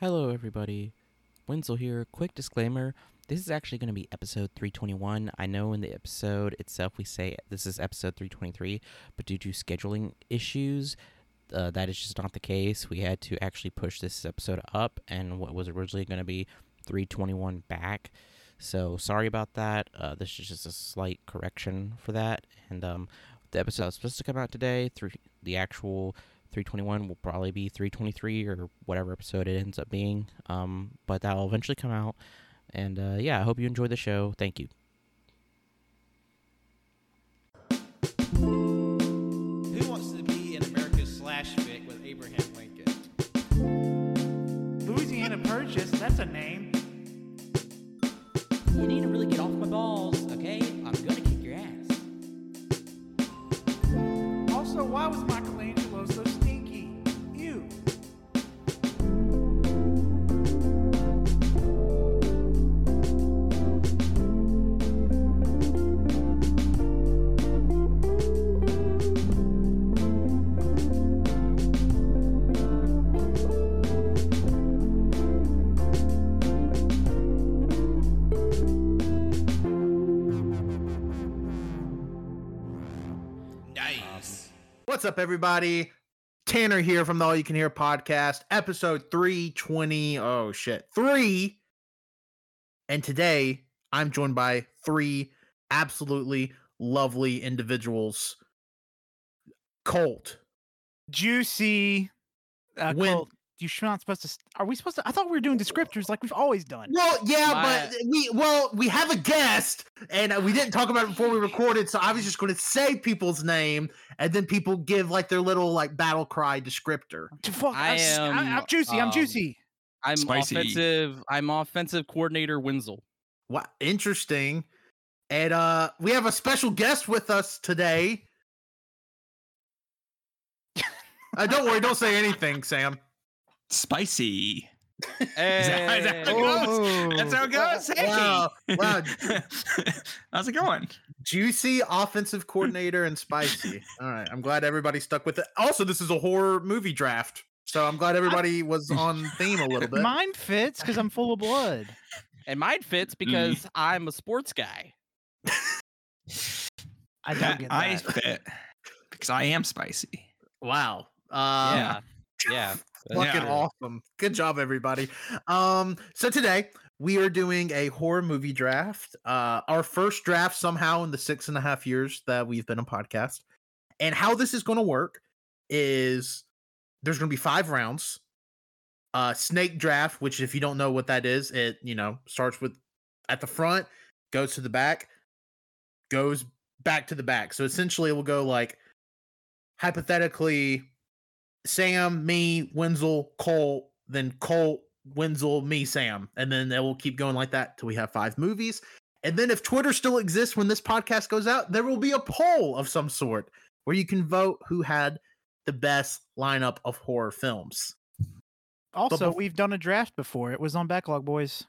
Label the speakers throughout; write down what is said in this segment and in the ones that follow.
Speaker 1: Hello, everybody. Wenzel here. Quick disclaimer this is actually going to be episode 321. I know in the episode itself we say this is episode 323, but due to scheduling issues, uh, that is just not the case. We had to actually push this episode up, and what was originally going to be 321 back. So sorry about that. Uh, this is just a slight correction for that. And um, the episode that was supposed to come out today, through the actual 321 will probably be 323 or whatever episode it ends up being. Um, but that will eventually come out. And uh, yeah, I hope you enjoy the show. Thank you.
Speaker 2: Who wants to be in America's slash fic with Abraham Lincoln?
Speaker 3: Louisiana Purchase, that's a name.
Speaker 4: You need to really get off my balls, okay? I'm gonna kick your ass.
Speaker 3: Also, why was Michelangelo so stinky? Ew.
Speaker 2: Nice.
Speaker 5: What's up, everybody? Tanner here from the All You Can Hear podcast, episode 320. Oh, shit. Three. And today I'm joined by three absolutely lovely individuals Colt,
Speaker 3: Juicy. Uh,
Speaker 5: When-
Speaker 3: Colt, you're not supposed to. Are we supposed to? I thought we were doing descriptors like we've always done.
Speaker 5: Well, yeah,
Speaker 2: My-
Speaker 5: but we well we have a guest, and uh, we didn't talk about it before we recorded, so I was just going to say people's name, and then people give like their little like battle cry descriptor.
Speaker 3: To Fuck,
Speaker 6: I
Speaker 3: I am,
Speaker 6: am,
Speaker 3: I'm juicy. I'm
Speaker 6: um,
Speaker 3: juicy.
Speaker 6: I'm
Speaker 7: Spicy.
Speaker 6: offensive. I'm offensive coordinator Wenzel.
Speaker 5: Wow, interesting. And uh, we have a special guest with us today. uh, don't worry, don't say anything, Sam.
Speaker 7: spicy.
Speaker 6: Hey.
Speaker 7: is that how it goes?
Speaker 3: Oh.
Speaker 7: That's how it goes. Hey.
Speaker 5: Wow, wow.
Speaker 7: How's it going?
Speaker 5: Juicy offensive coordinator and spicy. All right, I'm glad everybody stuck with it. Also, this is a horror movie draft, so I'm glad everybody was on theme a little bit.
Speaker 3: Mine fits because I'm full of blood.
Speaker 6: and mine fits
Speaker 7: Mm-hmm.
Speaker 6: because I'm a sports guy.
Speaker 3: I don't get
Speaker 7: I
Speaker 3: that.
Speaker 7: fit because I am spicy.
Speaker 5: Wow.
Speaker 3: Oh,
Speaker 5: Uh,
Speaker 6: yeah, yeah. that's
Speaker 5: fucking
Speaker 6: true.
Speaker 5: awesome good job everybody um so today we are doing a horror movie draft uh our first draft somehow in the six and a half years that we've been a podcast and how this is going to work is there's going to be five rounds uh snake draft which if you don't know what that is it you know starts with at the front goes to the back goes back to the back so essentially it will go like hypothetically Sam, me, Wenzel, Cole, then Cole, Wenzel, me, Sam. And then it will keep going like that till we have five movies. And then if Twitter still exists when this podcast goes out, there will be a poll of some sort where you can vote who had the best lineup of horror films.
Speaker 3: Also,
Speaker 5: bef-
Speaker 3: we've done a draft before. It was on Backlog Boys.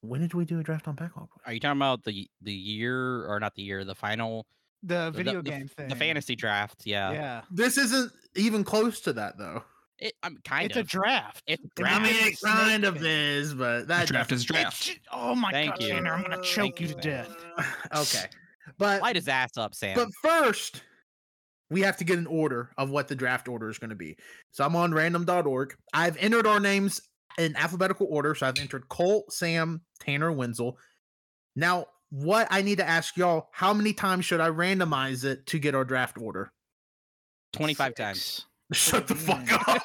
Speaker 5: When did we do a draft on Backlog? Boys?
Speaker 6: Are you talking about the the year or not the year? The final
Speaker 3: The
Speaker 6: the-
Speaker 3: video
Speaker 6: the,
Speaker 3: game
Speaker 6: the,
Speaker 3: thing.
Speaker 6: the fantasy draft. Yeah,
Speaker 3: Yeah.
Speaker 5: This isn't even close to that though.
Speaker 6: It, I'm kind
Speaker 3: it's
Speaker 6: of.
Speaker 3: a draft.
Speaker 6: it's a
Speaker 5: I
Speaker 6: draft.
Speaker 5: mean,
Speaker 3: Draft
Speaker 5: it
Speaker 3: is
Speaker 5: kind of
Speaker 3: snake.
Speaker 5: is, but
Speaker 7: The
Speaker 5: that
Speaker 7: draft is
Speaker 3: It
Speaker 7: draft.
Speaker 3: ju- oh my
Speaker 6: Thank
Speaker 3: god,
Speaker 6: you.
Speaker 3: Tanner, I'm gonna choke you to death.
Speaker 5: okay, but
Speaker 6: Light his ass up, Sam.
Speaker 5: uh, But first, we have to get an order of what the draft order is going to be. So I'm on random.org. I've entered our names in alphabetical order. So I've entered Colt, Sam, Tanner, Wenzel. Now, what I need to ask y'all, how many times should I randomize it to get our draft order?
Speaker 6: Twenty five times.
Speaker 5: Shut the fuck
Speaker 3: man.
Speaker 6: Mm.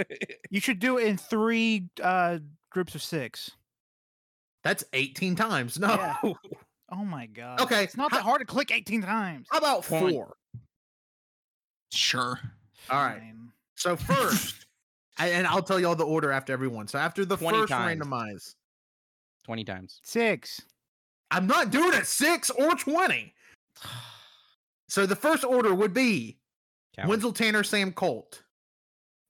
Speaker 5: up.
Speaker 3: You should do it in three uh, groups of six.
Speaker 5: That's 18 times. No.
Speaker 3: Yeah. Oh my god.
Speaker 5: Okay,
Speaker 3: It's not
Speaker 5: how-
Speaker 3: that hard to click 18 times.
Speaker 5: How about
Speaker 6: Point.
Speaker 5: four?
Speaker 7: Sure.
Speaker 5: all right.
Speaker 3: Fine.
Speaker 5: So first, I- and I'll tell y'all the order after everyone. So after the
Speaker 6: 20
Speaker 5: first
Speaker 6: times.
Speaker 5: randomize,
Speaker 6: Twenty times.
Speaker 3: Six.
Speaker 5: I'm not doing it six or 20. So the first order would be
Speaker 6: Coward.
Speaker 5: Wenzel Tanner, Sam Colt.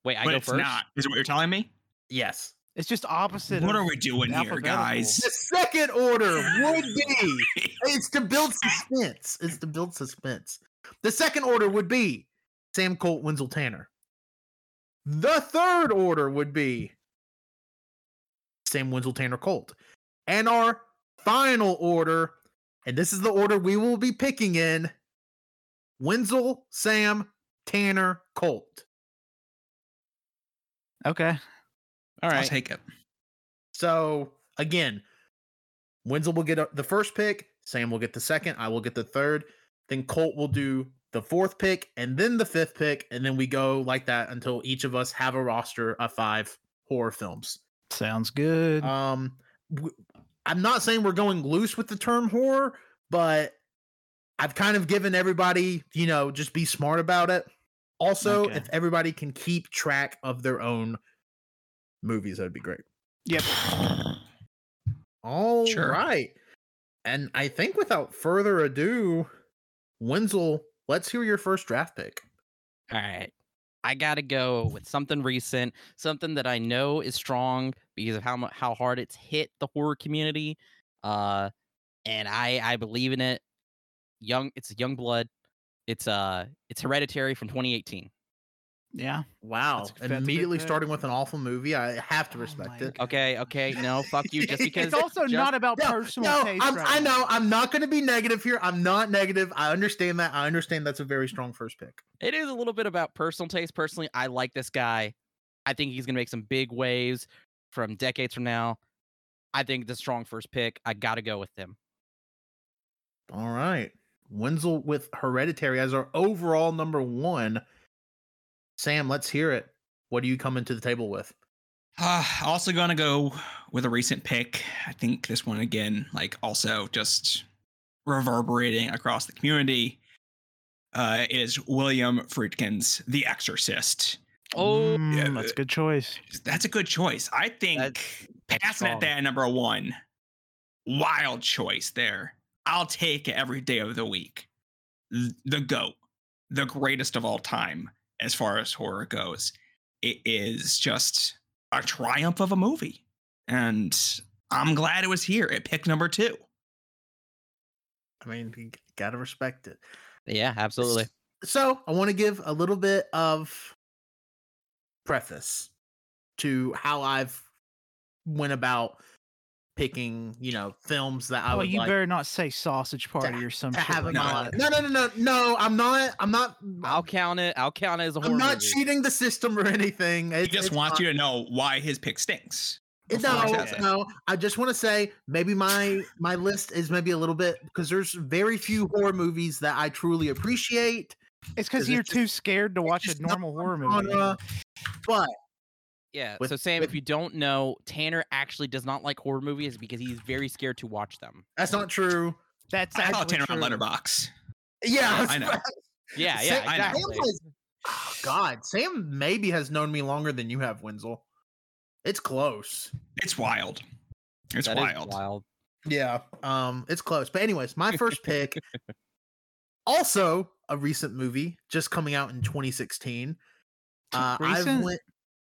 Speaker 6: Wait, I
Speaker 7: but
Speaker 6: go
Speaker 7: it's
Speaker 6: first.
Speaker 7: not. Is what you're telling me?
Speaker 5: Yes.
Speaker 3: It's just opposite.
Speaker 7: What
Speaker 3: of-
Speaker 7: are we doing here,
Speaker 3: alphabetical.
Speaker 7: guys?
Speaker 5: The second order would be it's to build suspense. It's to build suspense. The second order would be Sam Colt, Wenzel Tanner. The third order would be Sam Winslow, Tanner Colt. And our final order, and this is the order we will be picking in Winslow, Sam, Tanner, Colt.
Speaker 3: Okay.
Speaker 6: All
Speaker 7: I'll
Speaker 6: right.
Speaker 7: take it.
Speaker 5: So again, Winslow will get uh, the first pick, Sam will get the second, I will get the third, then Colt will do the fourth pick, and then the fifth pick, and then we go like that until each of us have a roster of five horror films.
Speaker 3: Sounds good.
Speaker 5: Um, w- I'm not saying we're going loose with the term horror, but I've kind of given everybody, you know, just be smart about it. Also,
Speaker 3: Okay.
Speaker 5: if everybody can keep track of their own movies, that'd be great.
Speaker 3: yep.
Speaker 5: All right,
Speaker 7: Sure.
Speaker 5: And I think without further ado, Wenzel, let's hear your first draft pick.
Speaker 6: All right. I got to go with something recent, something that I know is strong because of how mu- how hard it's hit the horror community. Uh and I I believe in it. Young it's young blood. It's uh it's hereditary from 2018.
Speaker 3: Yeah.
Speaker 5: Wow.
Speaker 3: That's a- that's a good
Speaker 5: Immediately
Speaker 3: pick.
Speaker 5: starting with an awful movie. I have to
Speaker 3: Oh
Speaker 5: respect
Speaker 3: my
Speaker 5: it.
Speaker 3: God.
Speaker 6: Okay, okay. No, fuck you just because
Speaker 3: It's also
Speaker 6: just-
Speaker 3: not about personal
Speaker 5: no,
Speaker 3: taste.
Speaker 5: I'm,
Speaker 3: right
Speaker 5: I
Speaker 3: now.
Speaker 5: know. I'm not going to be negative here. I'm not negative. I understand that. I understand that's a very strong first pick.
Speaker 6: It is a little bit about personal taste. Personally, I like this guy. I think he's gonna make some big waves from decades from now. I think the strong first pick. I gotta go with him.
Speaker 5: All right. Wenzel with Hereditary as our overall number one. Sam, let's hear it. What are you coming to the table with?
Speaker 7: Uh, also gonna go with a recent pick. I think this one again, like also just reverberating across the community. Uh, is William Friedkin's The Exorcist.
Speaker 6: Oh,
Speaker 7: yeah,
Speaker 3: Mm, that's a good choice.
Speaker 7: That's a good choice. I think
Speaker 6: that's
Speaker 7: passing
Speaker 6: strong.
Speaker 7: at that number one, wild choice there. I'll take it every day of the week. Th- The GOAT, the greatest of all time as far as horror goes. It is just a triumph of a movie. And I'm glad it was here at pick number two.
Speaker 5: I mean, you got to respect it.
Speaker 6: yeah, absolutely.
Speaker 5: so I want to give a little bit of preface to how I've went about picking, you know, films that I
Speaker 3: Oh,
Speaker 5: would
Speaker 3: you
Speaker 5: like
Speaker 3: better not say sausage party or some
Speaker 5: to
Speaker 3: shit.
Speaker 5: have
Speaker 3: like
Speaker 5: in my life.
Speaker 3: that.
Speaker 5: No, no, no, no, no. I'm not. I'm not.
Speaker 6: I'll count it. I'll count it as a horror
Speaker 5: I'm not
Speaker 6: movie.
Speaker 5: cheating the system or anything.
Speaker 7: He just wants you to know why his pick stinks.
Speaker 5: It,
Speaker 7: before
Speaker 5: no,
Speaker 7: he says it.
Speaker 5: no. I just want to say maybe my my list is maybe a little bit because there's very few horror movies that I truly appreciate.
Speaker 3: It's because
Speaker 5: 'Cause it's
Speaker 3: you're
Speaker 5: just-
Speaker 3: too scared to watch
Speaker 5: just
Speaker 3: a
Speaker 5: not
Speaker 3: normal horror movie.
Speaker 5: Genre, but
Speaker 6: Yeah.
Speaker 5: with-
Speaker 6: so Sam,
Speaker 5: with-
Speaker 6: if you don't know, Tanner actually does not like horror movies because he's very scared to watch them.
Speaker 5: that's not true.
Speaker 3: That's
Speaker 7: I follow
Speaker 3: actually
Speaker 7: Tanner
Speaker 3: true.
Speaker 7: on Letterbox.
Speaker 5: Yeah,
Speaker 7: I know.
Speaker 6: Yeah,
Speaker 5: Sa-
Speaker 6: yeah,
Speaker 5: I know.
Speaker 6: exactly.
Speaker 5: Sam has- oh, God, Sam maybe has known me longer than you have, Wenzel. It's close.
Speaker 7: It's wild. It's
Speaker 6: That is
Speaker 7: wild.
Speaker 6: wild.
Speaker 5: Yeah. Um, it's close. But anyways, my first pick, also a recent movie just coming out in 2016. Uh, I
Speaker 3: Recent?
Speaker 5: went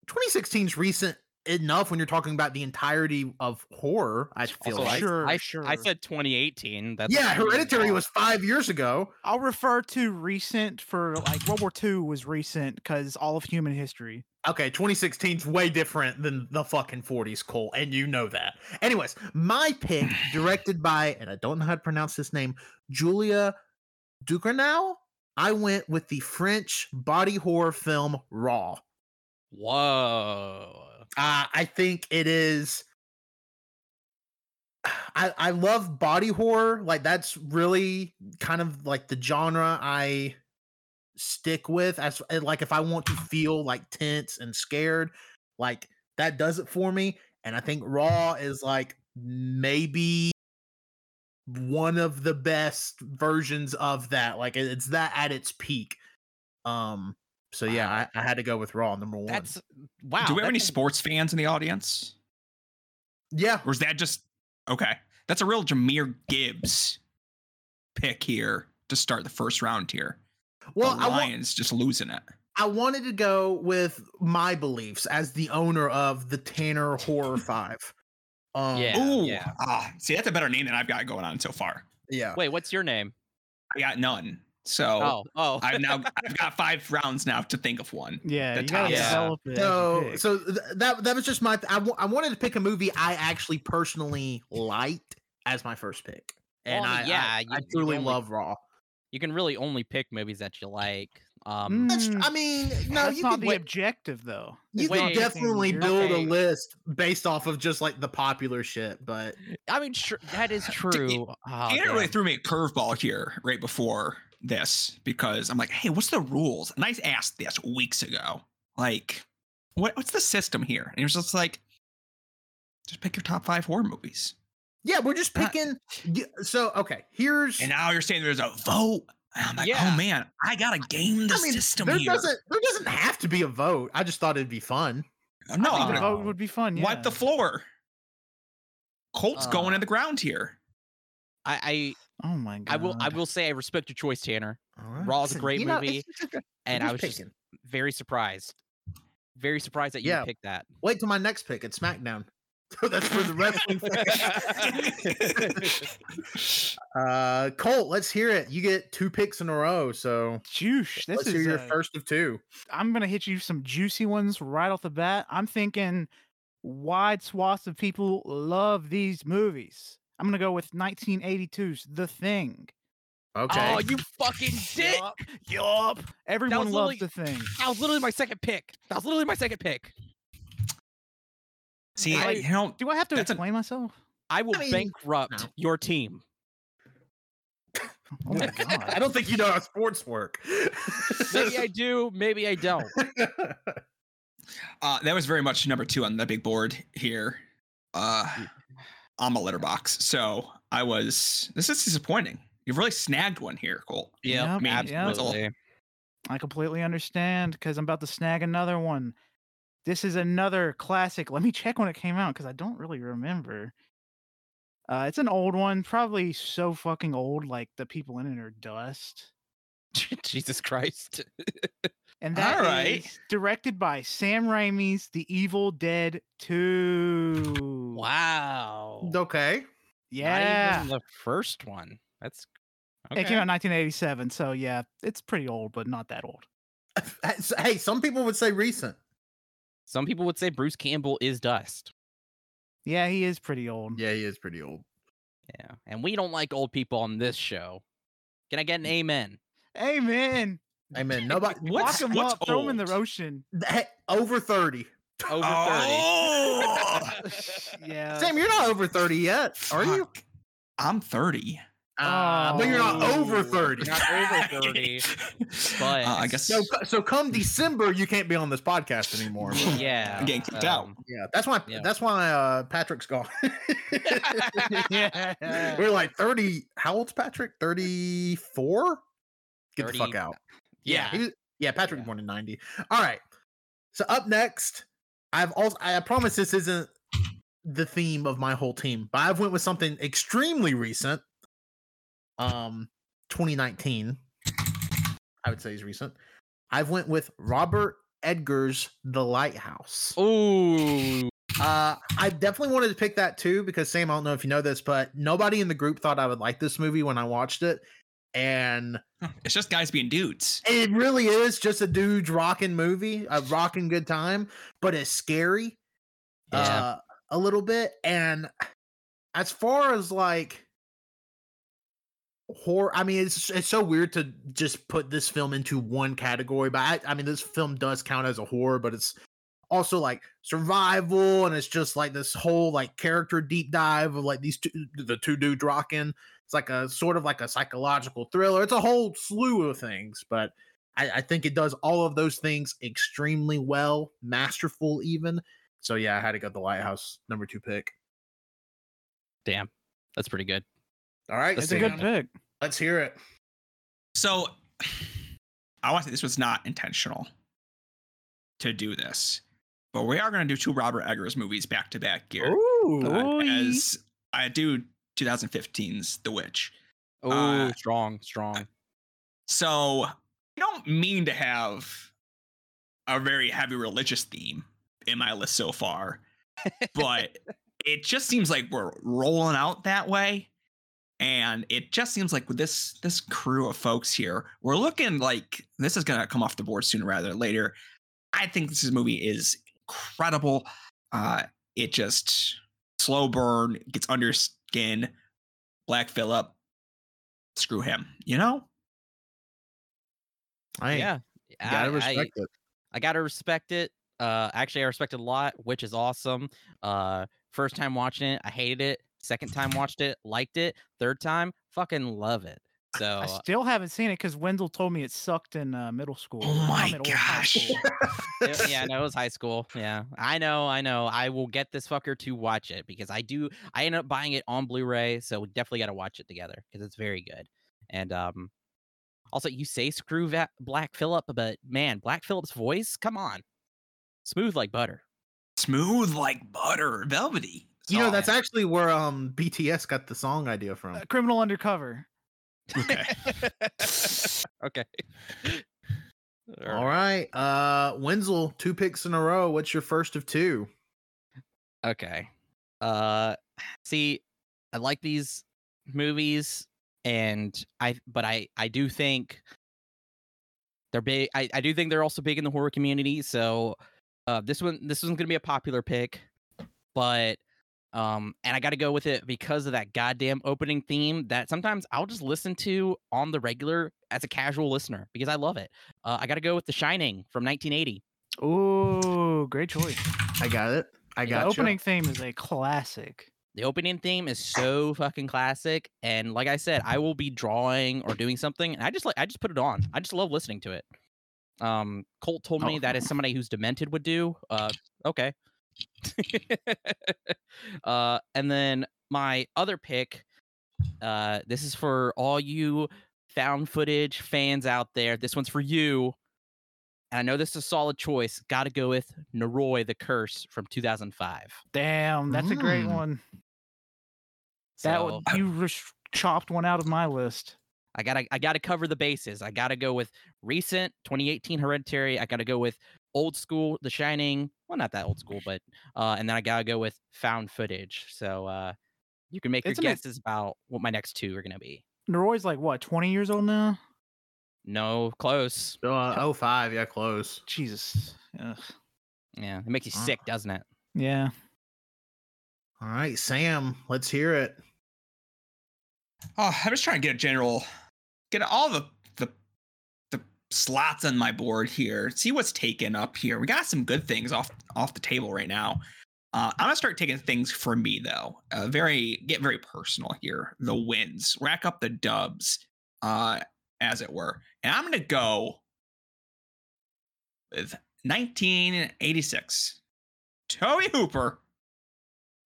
Speaker 5: 2016's recent enough when you're talking about the entirety of horror. I feel
Speaker 6: Also,
Speaker 5: like.
Speaker 3: sure,
Speaker 6: I,
Speaker 3: sure.
Speaker 6: I said 2018. That's
Speaker 5: yeah,
Speaker 6: like three years
Speaker 5: Hereditary
Speaker 6: off.
Speaker 5: was five years ago.
Speaker 3: I'll refer to recent for like World War II was recent because all of human history.
Speaker 5: Okay, 2016's way different than the fucking 40s, Cole, and you know that. Anyways, my pick, directed by, and I don't know how to pronounce this name, Julia Ducournau. I went with the French body horror film Raw.
Speaker 6: Whoa.
Speaker 5: Uh, I think it is. I I love body horror. Like that's really kind of like the genre I stick with. As and, like if I want to feel like tense and scared, like that does it for me. And I think Raw is like maybe one of the best versions of that. Like it- it's that at its peak. Um. So yeah, I, I had to go with Raw number one.
Speaker 6: That's wow.
Speaker 7: Do we have
Speaker 6: that's
Speaker 7: any
Speaker 6: a-
Speaker 7: sports fans in the audience?
Speaker 5: yeah.
Speaker 7: Or is that just okay? That's a real Jameer Gibbs pick here to start the first round here.
Speaker 5: Well,
Speaker 7: the
Speaker 5: I want.
Speaker 7: Lions just losing it.
Speaker 5: I wanted to go with my beliefs as the owner of the Tanner Horror Five. Um,
Speaker 6: Yeah,
Speaker 7: Ooh,
Speaker 6: yeah.
Speaker 7: ah, see, that's a better name than I've got going on so far.
Speaker 5: yeah.
Speaker 6: Wait, what's your name?
Speaker 7: I got none. So
Speaker 6: Oh, oh.
Speaker 7: I've now I've got five rounds now to think of one.
Speaker 3: Yeah,
Speaker 7: The
Speaker 3: you gotta
Speaker 7: top-
Speaker 6: Yeah.
Speaker 3: develop it. as you
Speaker 5: So,
Speaker 3: pick.
Speaker 5: so th- that that was just my. I wa- I wanted to pick a movie I actually personally liked as my first pick, and
Speaker 6: Well, I
Speaker 5: I,
Speaker 6: mean,
Speaker 5: yeah,
Speaker 6: yeah,
Speaker 5: I,
Speaker 6: you-
Speaker 5: I
Speaker 6: you
Speaker 5: truly
Speaker 6: only-
Speaker 5: love Raw.
Speaker 6: you can really only pick movies that you like. Um,
Speaker 5: That's,
Speaker 3: Mm,
Speaker 5: I mean, no,
Speaker 3: that's
Speaker 5: you
Speaker 3: not
Speaker 5: can
Speaker 3: the
Speaker 5: wait-
Speaker 3: objective though.
Speaker 5: you
Speaker 6: way
Speaker 5: can
Speaker 6: too
Speaker 5: definitely
Speaker 3: weird.
Speaker 5: build a
Speaker 6: Okay.
Speaker 5: list based off of just like the popular shit, but
Speaker 6: I mean, sure, that is true. Oh,
Speaker 7: Tanner really
Speaker 6: damn.
Speaker 7: threw me a curveball here right before this because I'm like, hey, what's the rules? And I asked this weeks ago, like, what what's the system here? And he was just like, just pick your top five horror movies.
Speaker 5: yeah, we're just
Speaker 7: Not-
Speaker 5: picking. y- So, okay, here's.
Speaker 7: And now you're saying there's a vote. And I'm like,
Speaker 6: Yeah.
Speaker 7: oh man, I gotta game the
Speaker 5: I mean,
Speaker 7: system
Speaker 5: there
Speaker 7: here.
Speaker 5: doesn't there doesn't have to be a vote. I just thought it'd be fun.
Speaker 7: Oh,
Speaker 3: I think
Speaker 7: no, I'm
Speaker 3: the
Speaker 6: Uh-huh.
Speaker 7: gonna
Speaker 3: vote would be fun. Yeah.
Speaker 7: wipe the floor. Colt's going
Speaker 6: Uh,
Speaker 7: in the ground here.
Speaker 6: I,
Speaker 3: Oh my god.
Speaker 6: I, I will, I will say, I respect your choice, Tanner,
Speaker 5: All right.
Speaker 6: Raw's a
Speaker 5: Listen,
Speaker 6: great
Speaker 5: you know,
Speaker 6: movie,
Speaker 5: it's- it's-
Speaker 6: and
Speaker 5: I'm
Speaker 6: I was just
Speaker 5: picking.
Speaker 6: very surprised, very surprised that you
Speaker 5: Yeah.
Speaker 6: picked that.
Speaker 5: wait till my next pick. It's SmackDown. So that's for the wrestling. fan. uh, Colt, let's hear it. You get two picks in a row, so
Speaker 3: Juice. This
Speaker 5: let's hear
Speaker 3: is
Speaker 5: your
Speaker 3: uh,
Speaker 5: first of two.
Speaker 3: I'm gonna hit you some juicy ones right off the bat. I'm thinking wide swaths of people love these moves. I'm gonna go with 1982's The Thing.
Speaker 5: Okay.
Speaker 6: Oh, you fucking dick!
Speaker 3: Yup. Everyone loves
Speaker 6: literally-
Speaker 3: The Thing.
Speaker 6: That was literally my second pick. That was literally my second pick.
Speaker 7: See, I,
Speaker 6: I-
Speaker 7: you know,
Speaker 3: Do I have to
Speaker 7: That's an-
Speaker 3: explain myself?
Speaker 6: I will
Speaker 5: I mean,
Speaker 6: bankrupt
Speaker 5: no.
Speaker 6: your team.
Speaker 3: Oh my
Speaker 5: I
Speaker 3: god.
Speaker 5: don't think you know how sports work.
Speaker 6: Maybe I do, maybe I don't.
Speaker 7: Uh, that was very much number two on the big board here. Uh, I'm a letterbox, so I was. This is disappointing. You've really snagged one here, Cole.
Speaker 3: Yep,
Speaker 7: mean,
Speaker 3: yep.
Speaker 7: it's all-
Speaker 3: I completely understand because I'm about to snag another one. This is another classic. Let me check when it came out because I don't really remember. Uh, it's an old one, probably so fucking old, like the people in it are dust.
Speaker 6: Jesus Christ.
Speaker 3: And that is
Speaker 7: Alright.
Speaker 3: directed by Sam Raimi's The Evil Dead 2.
Speaker 6: Wow.
Speaker 5: okay.
Speaker 6: Not
Speaker 3: Yeah.
Speaker 6: even the first one. That's okay.
Speaker 3: It came out in 1987, so yeah, it's pretty old, but not that old.
Speaker 5: Hey, some people would say recent.
Speaker 6: Some people would say Bruce Campbell is dust.
Speaker 3: Yeah, he is pretty old.
Speaker 5: Yeah, he is pretty old.
Speaker 6: Yeah. And we don't like old people on this show. Can I get an amen?
Speaker 3: Amen.
Speaker 5: Amen. Nobody
Speaker 7: What's-
Speaker 3: Lock him
Speaker 7: what's
Speaker 3: up, throw him in the
Speaker 7: old?
Speaker 3: ocean.
Speaker 5: hey, over thirty.
Speaker 6: Over 30.
Speaker 7: Oh,
Speaker 3: yeah.
Speaker 5: Sam, you're not over thirty yet, are you?
Speaker 7: fuck. I'm 30.
Speaker 5: Uh, but you're not over
Speaker 3: Oh.
Speaker 5: thirty.
Speaker 6: Not over 30, but-
Speaker 7: Uh, I guess
Speaker 5: So, so come December, you can't be on this podcast anymore. but-
Speaker 6: Yeah.
Speaker 7: I'm getting kicked out.
Speaker 6: um,
Speaker 5: Yeah, that's why.
Speaker 6: Yeah.
Speaker 5: That's why uh, Patrick's gone.
Speaker 3: yeah.
Speaker 5: We're like thirty. How old's Patrick? Thirty-four. Get the fuck
Speaker 6: 30
Speaker 5: out.
Speaker 6: Yeah.
Speaker 5: he was- yeah. Patrick
Speaker 6: Yeah.
Speaker 5: born in ninety. All right. So up next, I've also. I promise this isn't the theme of my whole team, but I've went with something extremely recent. Um, twenty nineteen. I would say is recent. I've went with Robert Edgar's The Lighthouse.
Speaker 6: um, Ooh.
Speaker 5: Uh, I definitely wanted to pick that too because Sam, I don't know if you know this, but nobody in the group thought I would like this movie when I watched it, and
Speaker 7: It's just guys being dudes.
Speaker 5: it really is just a dude's rocking movie, a rocking good time, but it's scary,
Speaker 6: Yeah.
Speaker 5: uh, a little bit. And as far as like horror, I mean, it's it's so weird to just put this film into one category, but I, I mean, this film does count as a horror, but it's also like survival, and it's just like this whole like character deep dive of like these two, the two dudes rocking. It's like a sort of like a psychological thriller. It's a whole slew of things, but I, I think it does all of those things extremely well, masterful even. So yeah, I had to go the lighthouse number two pick.
Speaker 6: Damn. That's pretty good.
Speaker 5: All right,
Speaker 3: It's a good
Speaker 5: Sam,
Speaker 3: pick.
Speaker 5: Let's hear it.
Speaker 7: So I want to say this was not intentional to do this, but we are going to do two Robert Eggers movies back to back here. uh,
Speaker 3: Ooh-ee.
Speaker 7: as I do 2015's The Witch.
Speaker 6: Ooh,
Speaker 7: Uh,
Speaker 6: strong, strong.
Speaker 7: So I don't mean to have a very heavy religious theme in my list so far, but it just seems like we're rolling out that way. and it just seems like with this this crew of folks here we're looking like this is going to come off the board sooner rather than later i think this movie is incredible uh it just slow burn gets under your skin black phillip screw him you know
Speaker 5: I
Speaker 6: yeah,
Speaker 5: you gotta
Speaker 6: I- I-
Speaker 5: respect it.
Speaker 6: I gotta respect it. Uh, actually, I respect it a lot, which is awesome. Uh, first time watching it, I hated it. Second time watched it, liked it. Third time, fucking love it. So
Speaker 3: I still haven't seen it because Wendell told me it sucked in uh, middle school.
Speaker 7: Oh
Speaker 3: not
Speaker 7: my
Speaker 3: middle, high
Speaker 7: gosh.
Speaker 3: school.
Speaker 6: it- yeah, no, it was high school. Yeah, I know, I know. I will get this fucker to watch it because I do. I end up buying it on Blu-ray, so we definitely got to watch it together because it's very good. And um, also, you say screw Va- Black Phillip, but man, Black Phillip's voice, come on, smooth like butter.
Speaker 7: smooth like butter velvety Oh,
Speaker 5: You know,
Speaker 7: soft.
Speaker 5: that's actually where um BTS got the song idea from.
Speaker 3: Oh. Uh, Criminal Undercover.
Speaker 7: okay
Speaker 6: okay. All
Speaker 5: All right. Uh Wenzel, two picks in a row. What's your first of two?
Speaker 6: Okay. Uh see, I like these movies and I but I I do think they're big I, I do think they're also big in the horror community, so uh this one this one's gonna be a popular pick, but um and I gotta go with it because of that goddamn opening theme that sometimes I'll just listen to on the regular as a casual listener because I love it. Uh, I gotta go with The Shining from 1980.
Speaker 3: Ooh, great choice.
Speaker 5: I got it. I
Speaker 3: The
Speaker 5: got
Speaker 3: opening theme is a classic.
Speaker 6: The opening theme is
Speaker 3: Ah.
Speaker 6: so fucking classic, and like I said, I will be drawing or doing something, and I just like I just put it on. I just love listening to it. Um, Colt told me
Speaker 7: Oh.
Speaker 6: that is somebody who's demented would do. Uh, okay. uh, and then my other pick. Uh, this is for all you found footage fans out there. This one's for you. And I know this is a solid choice. Got to go with Naroi the Curse from 2005.
Speaker 3: Damn, that's a great
Speaker 5: Mm.
Speaker 3: one. That
Speaker 6: So-
Speaker 3: one you res- chopped one out of my list.
Speaker 6: I gotta I gotta cover the bases. I gotta go with recent 2018 Hereditary. I gotta go with old school The Shining. Well, not that old school, but uh, and then I gotta go with found footage. So uh, you can make
Speaker 3: It's
Speaker 6: your
Speaker 3: ama-
Speaker 6: guesses about what my next two are gonna be.
Speaker 3: Neroy's like what, twenty years old now?
Speaker 6: No, close.
Speaker 5: you. Uh, oh five, yeah, close.
Speaker 3: Jesus. Ugh.
Speaker 6: Yeah, it makes you
Speaker 5: Uh.
Speaker 3: Ah.
Speaker 6: sick, doesn't it?
Speaker 3: Yeah.
Speaker 5: All right, Sam, let's hear it.
Speaker 7: Oh, I'm just trying to get a general, get all the the the slots on my board here. See what's taken up here. We got some good things off off the table right now. Uh, I'm gonna start taking things for me though. Uh, very get very personal here. The wins, rack up the dubs, uh, as it were. And I'm gonna go with 1986. Toby Hooper,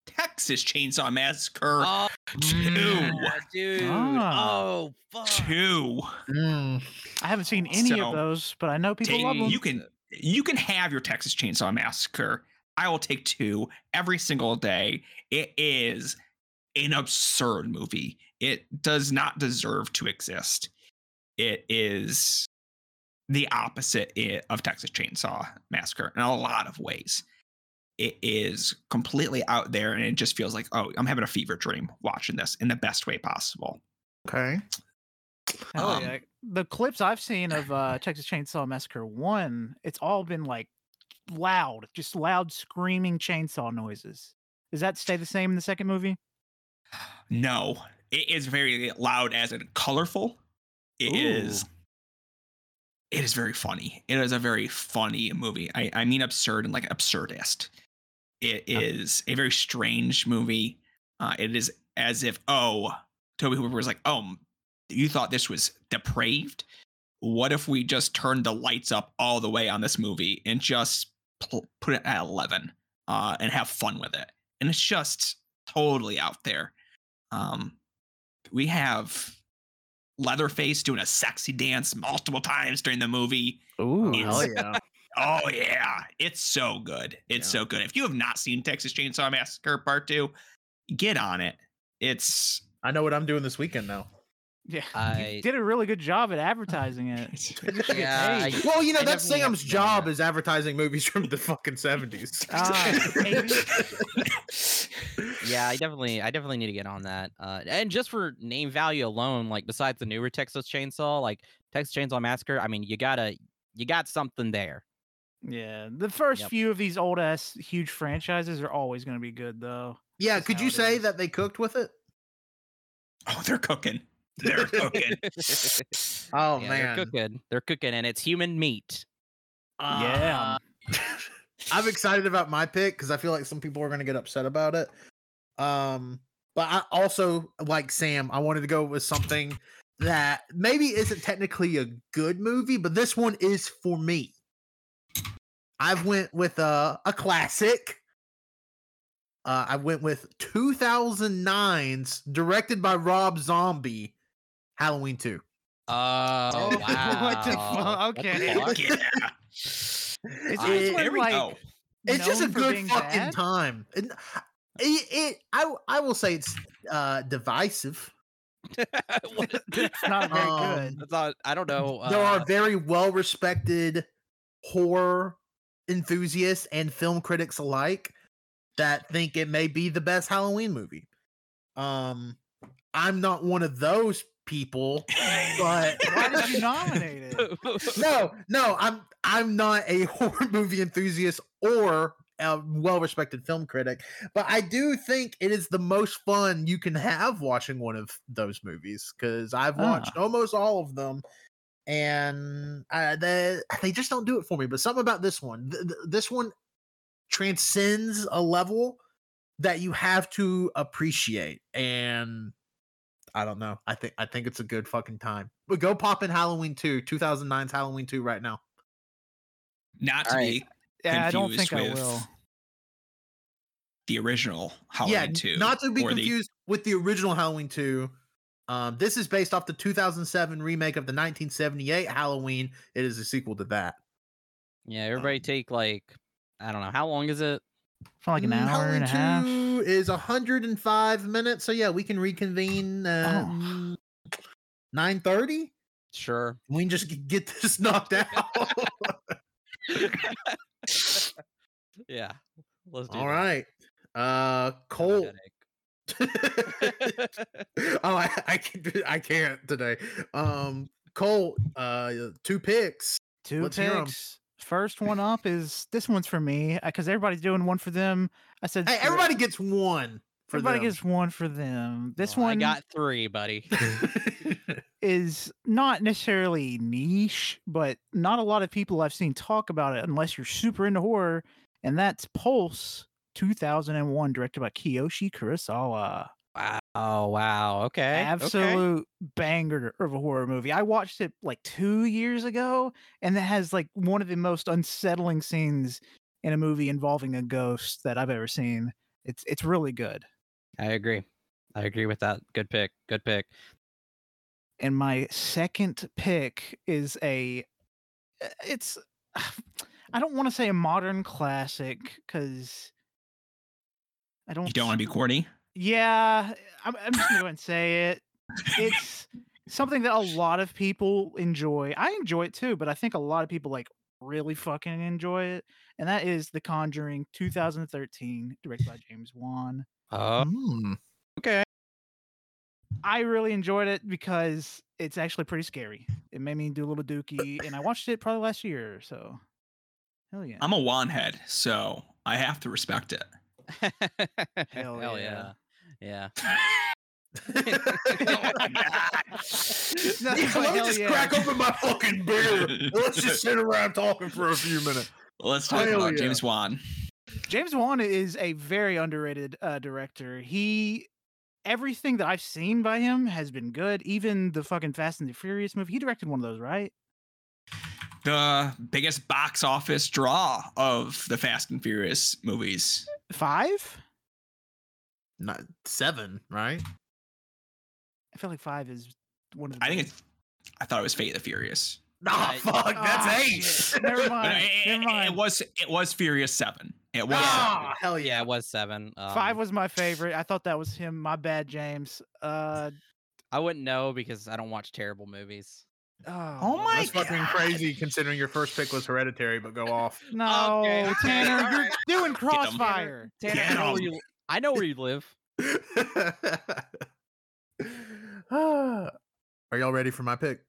Speaker 7: Texas Chainsaw Massacre
Speaker 6: Oh,
Speaker 7: Two.
Speaker 6: dude.
Speaker 3: Ah.
Speaker 6: Oh, fuck.
Speaker 7: Two.
Speaker 5: Mm,
Speaker 3: I haven't seen any
Speaker 7: So,
Speaker 3: of those, but I know people
Speaker 7: take-
Speaker 3: love them.
Speaker 7: you can you can have your Texas Chainsaw Massacre. I will take two every single day. It is an absurd movie. It does not deserve to exist. It is the opposite i- of Texas Chainsaw Massacre in a lot of ways. It is completely out there, and it just feels like, oh, I'm having a fever dream watching this in the best way possible.
Speaker 5: okay.
Speaker 3: Hell
Speaker 7: Um,
Speaker 3: Oh, yeah. The clips I've seen of uh, Texas Chainsaw Massacre 1, it's all been like loud, just loud screaming chainsaw noises. Does that stay the same in the second movie?
Speaker 7: No, it is very loud as in colorful. It is. It is very funny. It is a very funny movie. I, I mean absurd and like absurdist. It is a very strange movie. Uh, it is as if oh, Toby Hooper was like, oh, you thought this was depraved. What if we just turned the lights up all the way on this movie and just pl- put it at eleven uh, and have fun with it? And it's just totally out there. Um, we have Leatherface doing a sexy dance multiple times during the movie.
Speaker 5: Ooh,
Speaker 7: Yes.
Speaker 5: hell yeah.
Speaker 7: Oh yeah, it's so good. It's so good. If you have not seen Texas Chainsaw Massacre Part Two, get on it. It's
Speaker 5: I know what I'm doing this weekend now.
Speaker 3: Yeah,
Speaker 6: I-
Speaker 3: you did a really good job at advertising it.
Speaker 6: Yeah, I-
Speaker 5: Well, you know
Speaker 6: I
Speaker 5: that's
Speaker 6: definitely
Speaker 5: Sam's
Speaker 6: have done
Speaker 5: job
Speaker 6: that.
Speaker 5: is advertising movies from the fucking seventies.
Speaker 3: Ah, maybe.
Speaker 6: yeah, I definitely, I definitely need to get on that. Uh, and just for name value alone, like besides the newer Texas Chainsaw, like Texas Chainsaw Massacre, I mean, you gotta, you got something there.
Speaker 3: Yeah, the first
Speaker 6: Yep.
Speaker 3: few of these old ass huge franchises are always going to be good though.
Speaker 5: yeah,
Speaker 3: That's
Speaker 5: could
Speaker 3: how
Speaker 5: you
Speaker 3: it
Speaker 5: say
Speaker 3: is.
Speaker 5: that they cooked with it?
Speaker 7: Oh, they're cooking. They're cooking.
Speaker 5: Oh man,
Speaker 6: Yeah, they're cooking, they're cooking, and it's human meat.
Speaker 3: yeah,
Speaker 5: Uh, I'm excited about my pick because I feel like some people are going to get upset about it. Um, but I also like Sam. I wanted to go with something that maybe isn't technically a good movie, but this one is for me. I've went with a a classic. Uh, I went with 2009's directed by Rob Zombie, Halloween 2.
Speaker 6: Oh wow!
Speaker 3: What the fuck?
Speaker 6: What the
Speaker 3: Okay.
Speaker 6: fuck?
Speaker 7: yeah.
Speaker 3: It's
Speaker 6: I-
Speaker 3: always
Speaker 5: it-
Speaker 3: when,
Speaker 7: there we
Speaker 3: like,
Speaker 7: go.
Speaker 5: it's just a
Speaker 3: known for
Speaker 5: good
Speaker 3: being
Speaker 5: fucking
Speaker 3: bad.
Speaker 5: time. And uh, it, it I w- I will say it's uh divisive.
Speaker 6: What is that?
Speaker 3: It's not very
Speaker 5: Um,
Speaker 3: good.
Speaker 6: That's not- I don't know.
Speaker 5: there
Speaker 6: uh,
Speaker 5: are very well respected horror enthusiasts and film critics alike that think it may be the best Halloween movie. Um I'm not one of those people, but
Speaker 3: Why did you nominate it?
Speaker 6: uh,
Speaker 5: no, no, I'm I'm not a horror movie enthusiast or a well-respected film critic, but I do think it is the most fun you can have watching one of those movies because I've watched almost all of them, and uh, they they just don't do it for me. But something about this one, th- th- this one transcends a level that you have to appreciate and I don't know. I think I think it's a good fucking time. But go pop in Halloween 2, 2009's Halloween 2 right now.
Speaker 7: Not to
Speaker 6: All
Speaker 7: be
Speaker 3: Yeah, I don't
Speaker 7: confused
Speaker 3: think I
Speaker 7: with
Speaker 3: will.
Speaker 7: the original Halloween
Speaker 5: yeah, n-
Speaker 7: 2.
Speaker 5: not to be
Speaker 7: or the-
Speaker 5: confused with the original Halloween 2. Um, this is based off the 2007 remake of the 1978 Halloween. It is a sequel to that.
Speaker 6: yeah, everybody
Speaker 5: um,
Speaker 6: take like I don't know how long is it.
Speaker 3: For like an
Speaker 5: Mm,
Speaker 3: hour and a half.
Speaker 5: Halloween 2 is 105 minutes. So yeah, we can reconvene uh, at
Speaker 3: Oh.
Speaker 5: 9:30.
Speaker 6: Sure.
Speaker 5: We can just g- get this knocked out.
Speaker 6: Yeah. Let's do
Speaker 5: All
Speaker 6: that.
Speaker 5: right. Uh
Speaker 6: I have a
Speaker 5: Cole. oh, I, I can't. I can't today. Um, Cole, uh, two picks.
Speaker 3: Two
Speaker 5: Let's hear 'em.
Speaker 3: picks. First one up is this one's for me because everybody's doing one for them. I said,
Speaker 5: Hey,
Speaker 3: screw it.
Speaker 5: everybody gets one. For
Speaker 3: everybody
Speaker 5: them.
Speaker 3: gets one for them. This
Speaker 6: Well,
Speaker 3: one
Speaker 6: Oh, I got three, buddy.
Speaker 3: is not necessarily niche, but not a lot of people I've seen talk about it unless you're super into horror, and that's Pulse 2001, directed by Kiyoshi Kurosawa.
Speaker 6: wow. Wow. Okay. Okay.
Speaker 3: absolute banger of a horror movie. I watched it like two years ago, and that has like one of the most unsettling scenes in a movie involving a ghost that I've ever seen. It's it's really good.
Speaker 6: I agree. I agree with that. Good pick. Good pick.
Speaker 3: And my second pick is a uh, it's I don't want to say a modern classic because I don't
Speaker 7: You don't want to be corny?
Speaker 3: Yeah, I'm, I'm just gonna go ahead and say it. It's something that a lot of people enjoy. I enjoy it too, but I think a lot of people like really fucking enjoy it. And that is The Conjuring 2013, directed by James Wan.
Speaker 6: Oh.
Speaker 3: Hmm.
Speaker 5: Mm.
Speaker 6: Okay.
Speaker 3: I really enjoyed it because it's actually pretty scary. It made me do a little dookie, and I watched it probably last year. Or so, hell yeah,
Speaker 7: I'm a wand head, so I have to respect it.
Speaker 3: Hell yeah.
Speaker 6: Yeah.
Speaker 7: oh my god.
Speaker 3: No,
Speaker 5: Yeah,
Speaker 3: but
Speaker 5: let me
Speaker 3: hell
Speaker 5: just
Speaker 3: yeah.
Speaker 5: crack open my fucking beer. and Let's just sit around talking for a few minutes.
Speaker 7: Let's talk
Speaker 5: Hell
Speaker 7: about
Speaker 5: yeah.
Speaker 7: James Wan.
Speaker 3: James Wan is a very underrated uh, director. He everything that I've seen by him has been good. Even the fucking Fast and the Furious movie, he directed one of those, right?
Speaker 7: The biggest box office draw of the Fast and Furious movies.
Speaker 3: Five?
Speaker 5: Not seven, right?
Speaker 3: I feel like five is one of the.
Speaker 7: I think
Speaker 3: biggest-
Speaker 7: it's I thought it was Fate of the Furious.
Speaker 5: Nah,
Speaker 6: I-
Speaker 5: fuck, that's
Speaker 3: Ah,
Speaker 5: eight.
Speaker 3: shit. Never
Speaker 7: But
Speaker 3: mind.
Speaker 7: it-
Speaker 3: Never
Speaker 7: it-
Speaker 3: mind.
Speaker 7: It was it was Furious Seven. It was
Speaker 5: Ah, hell
Speaker 6: Oh, Yeah,
Speaker 5: yeah.
Speaker 6: it was seven.
Speaker 3: five
Speaker 6: um,
Speaker 3: was my favorite. I thought that was him. My bad, James. Uh,
Speaker 6: I wouldn't know because I don't watch terrible movies.
Speaker 5: Oh
Speaker 3: well,
Speaker 5: my
Speaker 3: that's
Speaker 5: That's fucking crazy considering your first pick was hereditary, but go off.
Speaker 3: No,
Speaker 7: Okay, all right,
Speaker 3: Tanner,
Speaker 7: all
Speaker 3: you're
Speaker 7: right.
Speaker 3: doing
Speaker 7: Tanner.
Speaker 3: crossfire.
Speaker 6: Tanner, I
Speaker 7: Get
Speaker 6: know, where
Speaker 7: 'em.
Speaker 6: you, I know where you live.
Speaker 5: Ah. Are y'all ready for my pick?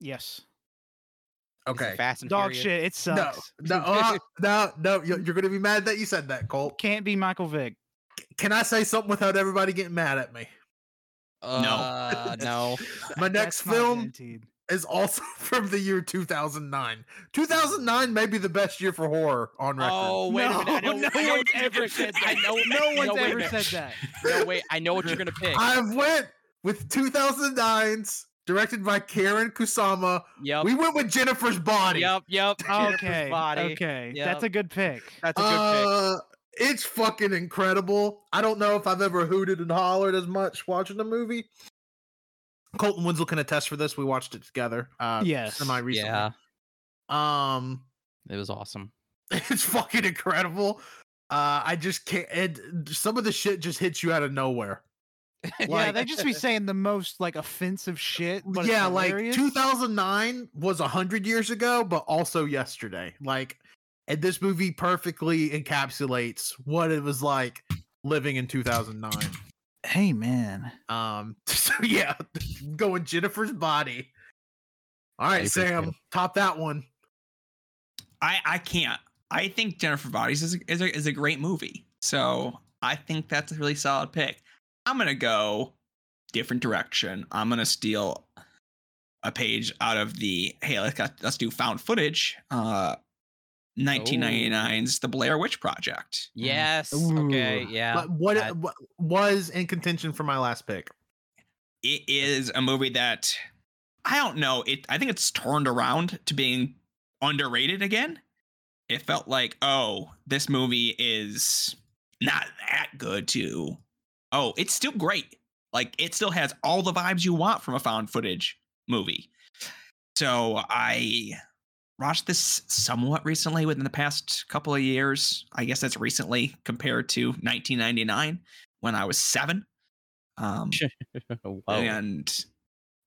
Speaker 3: Yes.
Speaker 6: Is it
Speaker 5: Okay.
Speaker 6: Fast and
Speaker 3: Dog
Speaker 6: Furious?
Speaker 3: shit. It
Speaker 5: No,
Speaker 3: sucks.
Speaker 5: no, uh, no, no. You're you're gonna be mad that you said that, Colt.
Speaker 3: Can't be Michael Vick.
Speaker 5: Can I say something without everybody getting mad at me?
Speaker 6: Uh, no.
Speaker 5: My next
Speaker 3: That's not
Speaker 5: film
Speaker 3: guaranteed.
Speaker 5: is also from the year 2009. 2009 may be the best year for horror on record.
Speaker 6: Oh wait a minute! I know,
Speaker 3: No,
Speaker 6: I
Speaker 3: no one's
Speaker 6: know what you're
Speaker 3: ever
Speaker 6: gonna-
Speaker 3: said
Speaker 6: I know.
Speaker 3: No one's
Speaker 6: no, wait a
Speaker 3: ever
Speaker 6: minute.
Speaker 3: said that.
Speaker 6: No wait, I know what you're gonna pick.
Speaker 5: I went with 2009's, directed by Karen Kusama.
Speaker 6: yep.
Speaker 5: We went with Jennifer's Body.
Speaker 6: Yep. Yep. Jennifer's
Speaker 3: Okay.
Speaker 6: Body.
Speaker 3: Okay.
Speaker 6: Yep.
Speaker 3: That's a good pick.
Speaker 6: That's a good pick.
Speaker 5: Uh, it's fucking incredible. I don't know if I've ever hooted and hollered as much watching the movie. Colton Winslow can attest for this. We watched it together. Uh,
Speaker 3: Yes.
Speaker 5: Semi recently.
Speaker 6: Yeah,
Speaker 5: Um,
Speaker 6: it was awesome.
Speaker 5: it's fucking incredible. Uh, I just can't. It, some of the shit just hits you out of nowhere.
Speaker 3: yeah, they just be saying the most like offensive shit. But
Speaker 5: yeah,
Speaker 3: it's
Speaker 5: like
Speaker 3: hilarious.
Speaker 5: 2009 was 100 years ago, but also yesterday. Like, and this movie perfectly encapsulates what it was like living in 2009.
Speaker 3: Hey man,
Speaker 5: Um, so yeah, going Jennifer's body. All right,
Speaker 6: Paper's
Speaker 5: Sam,
Speaker 6: good.
Speaker 5: top that one.
Speaker 7: I I can't. I think Jennifer Bodies is a, is a, is a great movie. So I think that's a really solid pick. I'm gonna go different direction. I'm gonna steal a page out of the hey let's got, let's do found footage. Uh, 1999's The Blair Witch Project.
Speaker 6: Yes.
Speaker 3: Ooh.
Speaker 6: Okay. Yeah.
Speaker 5: but what,
Speaker 6: that-
Speaker 5: what was in contention for my last pick?
Speaker 7: it is a movie that I don't know. It I think it's turned around to being underrated again. It felt like, oh, this movie is not that good to oh, it's still great. Like it still has all the vibes you want from a found footage movie. So I watched this somewhat recently within the past couple of years. I guess that's recently compared to 1999 when I was 7. Um
Speaker 6: Whoa.
Speaker 7: and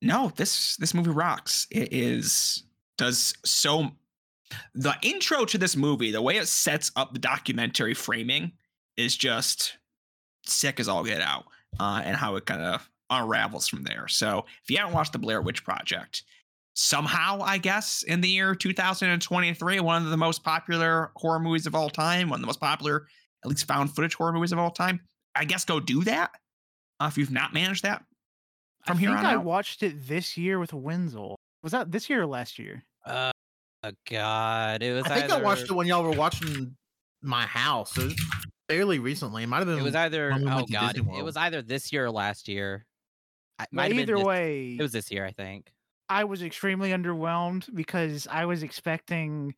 Speaker 7: no this this movie rocks it is does so the intro to this movie the way it sets up the documentary framing is just sick as all get out uh, and how it kind of unravels from there so if you haven't watched the blair witch project somehow i guess in the year 2023 one of the most popular horror movies of all time one of the most popular at least found footage horror movies of all time i guess go do that uh, if you've not managed that from
Speaker 3: I
Speaker 7: here
Speaker 3: think
Speaker 7: on
Speaker 3: I
Speaker 7: out.
Speaker 3: watched it this year with Wenzel. Was that this year or last year?
Speaker 6: Uh, oh God, it was.
Speaker 5: I think I watched
Speaker 6: either-
Speaker 5: it when y'all were watching my house. It was fairly recently. It might have been.
Speaker 6: It was either.
Speaker 5: when we went
Speaker 6: Oh
Speaker 5: to
Speaker 6: God,
Speaker 5: Disney
Speaker 6: it- it
Speaker 5: World.
Speaker 6: was either this year or last year. I,
Speaker 3: Well,
Speaker 6: might have been
Speaker 3: either
Speaker 6: this-
Speaker 3: way,
Speaker 6: it was this year, I think.
Speaker 3: I was extremely underwhelmed because I was expecting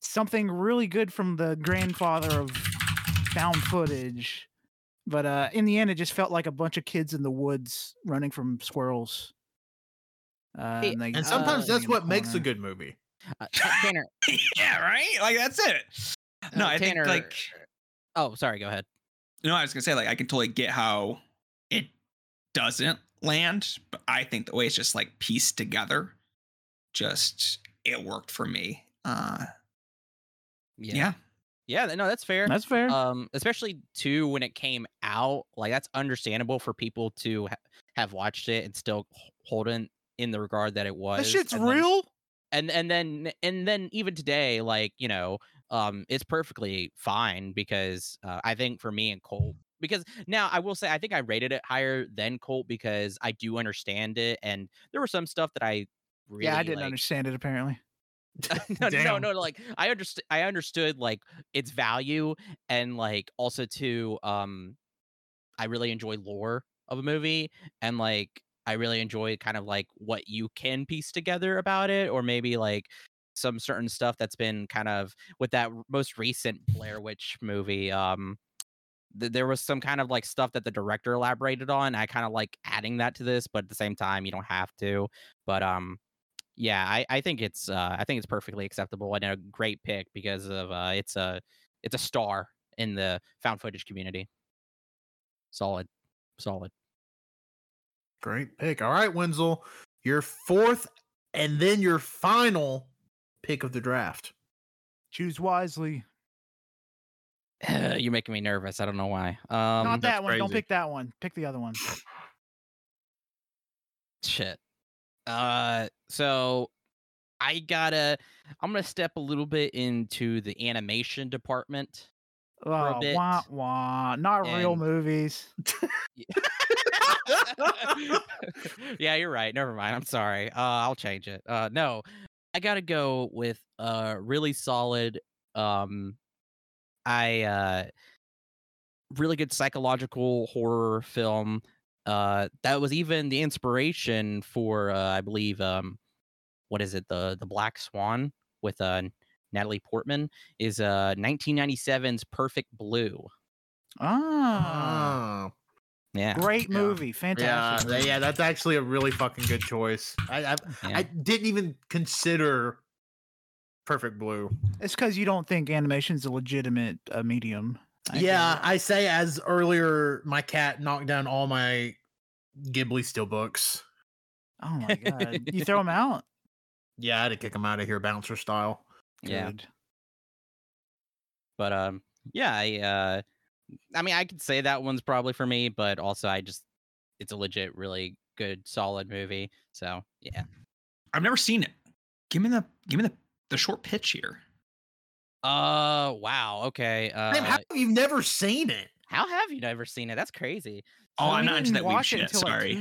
Speaker 3: something really good from the grandfather of found footage. But uh, in the end, it just felt like a bunch of kids in the woods running from squirrels. Uh,
Speaker 6: Hey,
Speaker 3: they-
Speaker 5: and sometimes
Speaker 3: uh,
Speaker 5: that's
Speaker 3: in the
Speaker 5: what makes a
Speaker 3: corner.
Speaker 5: good movie.
Speaker 6: Uh, Ta- Tanner.
Speaker 7: yeah, right. Like that's it. No,
Speaker 6: uh,
Speaker 7: I
Speaker 6: Tanner.
Speaker 7: think like
Speaker 6: Oh, sorry. Go ahead.
Speaker 7: no, I was gonna say like I can totally get how it doesn't land, but I think the way it's just like pieced together, just it worked for me. Uh, yeah.
Speaker 6: Yeah. th- No, that's fair.
Speaker 3: That's fair.
Speaker 6: um especially too when it came out like that's understandable for people to ha- have watched it and still h- hold it in the regard that it was
Speaker 3: that shit's
Speaker 6: and then-
Speaker 3: real.
Speaker 6: and and then and then even today like you know um it's perfectly fine because uh, i think for me and colt because now i will say i think i rated it higher than colt because i do understand it and there was some stuff that i really
Speaker 3: yeah, I didn't
Speaker 6: like,
Speaker 3: understand it apparently.
Speaker 6: no, no,
Speaker 5: Damn.
Speaker 6: no, like I understood I understood like its value and like also too um I really enjoy lore of a movie and like I really enjoy kind of like what you can piece together about it or maybe like some certain stuff that's been kind of with that r- most recent Blair Witch movie um th- there was some kind of like stuff that the director elaborated on. I kind of like adding that to this, but at the same time, you don't have to. But um, yeah, I, I think it's uh, I think it's perfectly acceptable and a great pick because of uh, it's a it's a star in the found footage community. Solid, solid.
Speaker 5: Great pick. All right, Wenzel, your fourth and then your final pick of the draft.
Speaker 3: Choose wisely.
Speaker 6: You're making me nervous. I don't know why. Um,
Speaker 3: Not
Speaker 5: that's
Speaker 3: that one. Don't
Speaker 5: crazy.
Speaker 3: pick that one. Pick the other one.
Speaker 6: shit. Uh, so I gotta. I'm gonna step a little bit into the animation department.
Speaker 3: Oh,
Speaker 6: bit.
Speaker 3: wah, wah. Not real
Speaker 6: And-
Speaker 3: movies.
Speaker 6: yeah, you're right. Never mind. I'm sorry. Uh, I'll change it. Uh, no, I gotta go with a really solid. Um, I uh, really good psychological horror film. Uh, that was even the inspiration for, uh, I believe, um, what is it? The the Black Swan with uh, Natalie Portman is uh 1997's Perfect Blue.
Speaker 3: Ah,
Speaker 5: Oh.
Speaker 6: Yeah.
Speaker 3: great
Speaker 5: Yeah.
Speaker 3: movie.
Speaker 5: yeah,
Speaker 3: Fantastic.
Speaker 5: th- yeah, that's actually a really fucking good choice. I I,
Speaker 6: yeah.
Speaker 5: I didn't even consider Perfect Blue.
Speaker 3: It's because you don't think animation's a legitimate uh, medium. I get
Speaker 5: yeah,
Speaker 3: it.
Speaker 5: I say as earlier, my cat knocked down all my Ghibli still books.
Speaker 3: Oh my god. you throw them out.
Speaker 5: Yeah, I had to kick him out of here, bouncer style.
Speaker 6: yeah.
Speaker 3: Good.
Speaker 6: but um yeah i uh i mean i could say that one's probably for me but also i just it's a legit really good solid movie so yeah
Speaker 7: I've never seen it. Give me the give me the, the short pitch here.
Speaker 6: uh wow okay uh
Speaker 5: Sam, how come you've never seen it?
Speaker 6: how have you never seen it that's crazy
Speaker 7: Oh,
Speaker 3: So
Speaker 7: I'm
Speaker 3: we
Speaker 7: not into
Speaker 3: didn't
Speaker 7: that weak
Speaker 3: watch it
Speaker 7: shit.
Speaker 3: until, like, two
Speaker 7: Sorry.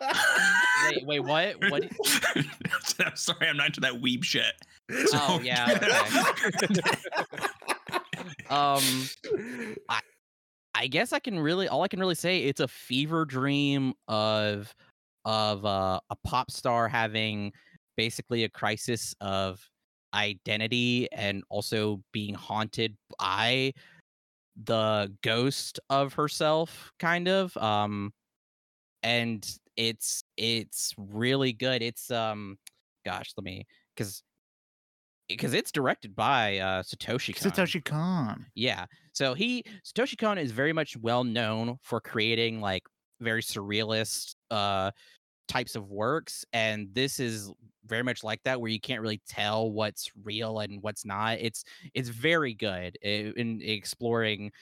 Speaker 3: years ago.
Speaker 6: wait wait what what
Speaker 7: I'm sorry, I'm not into that weeb shit.
Speaker 6: Oh, yeah, um I, I guess i can really all i can really say it's a fever dream of of uh, a pop star having basically a crisis of identity and also being haunted by the ghost of herself kind of um and it's it's really good it's um gosh let me because because it's directed by uh satoshi Kon.
Speaker 3: Satoshi Kon.
Speaker 6: Yeah. So he Satoshi Kon is very much well known for creating like very surrealist uh types of works and this is very much like that where you can't really tell what's real and what's not. It's it's very good i- in exploring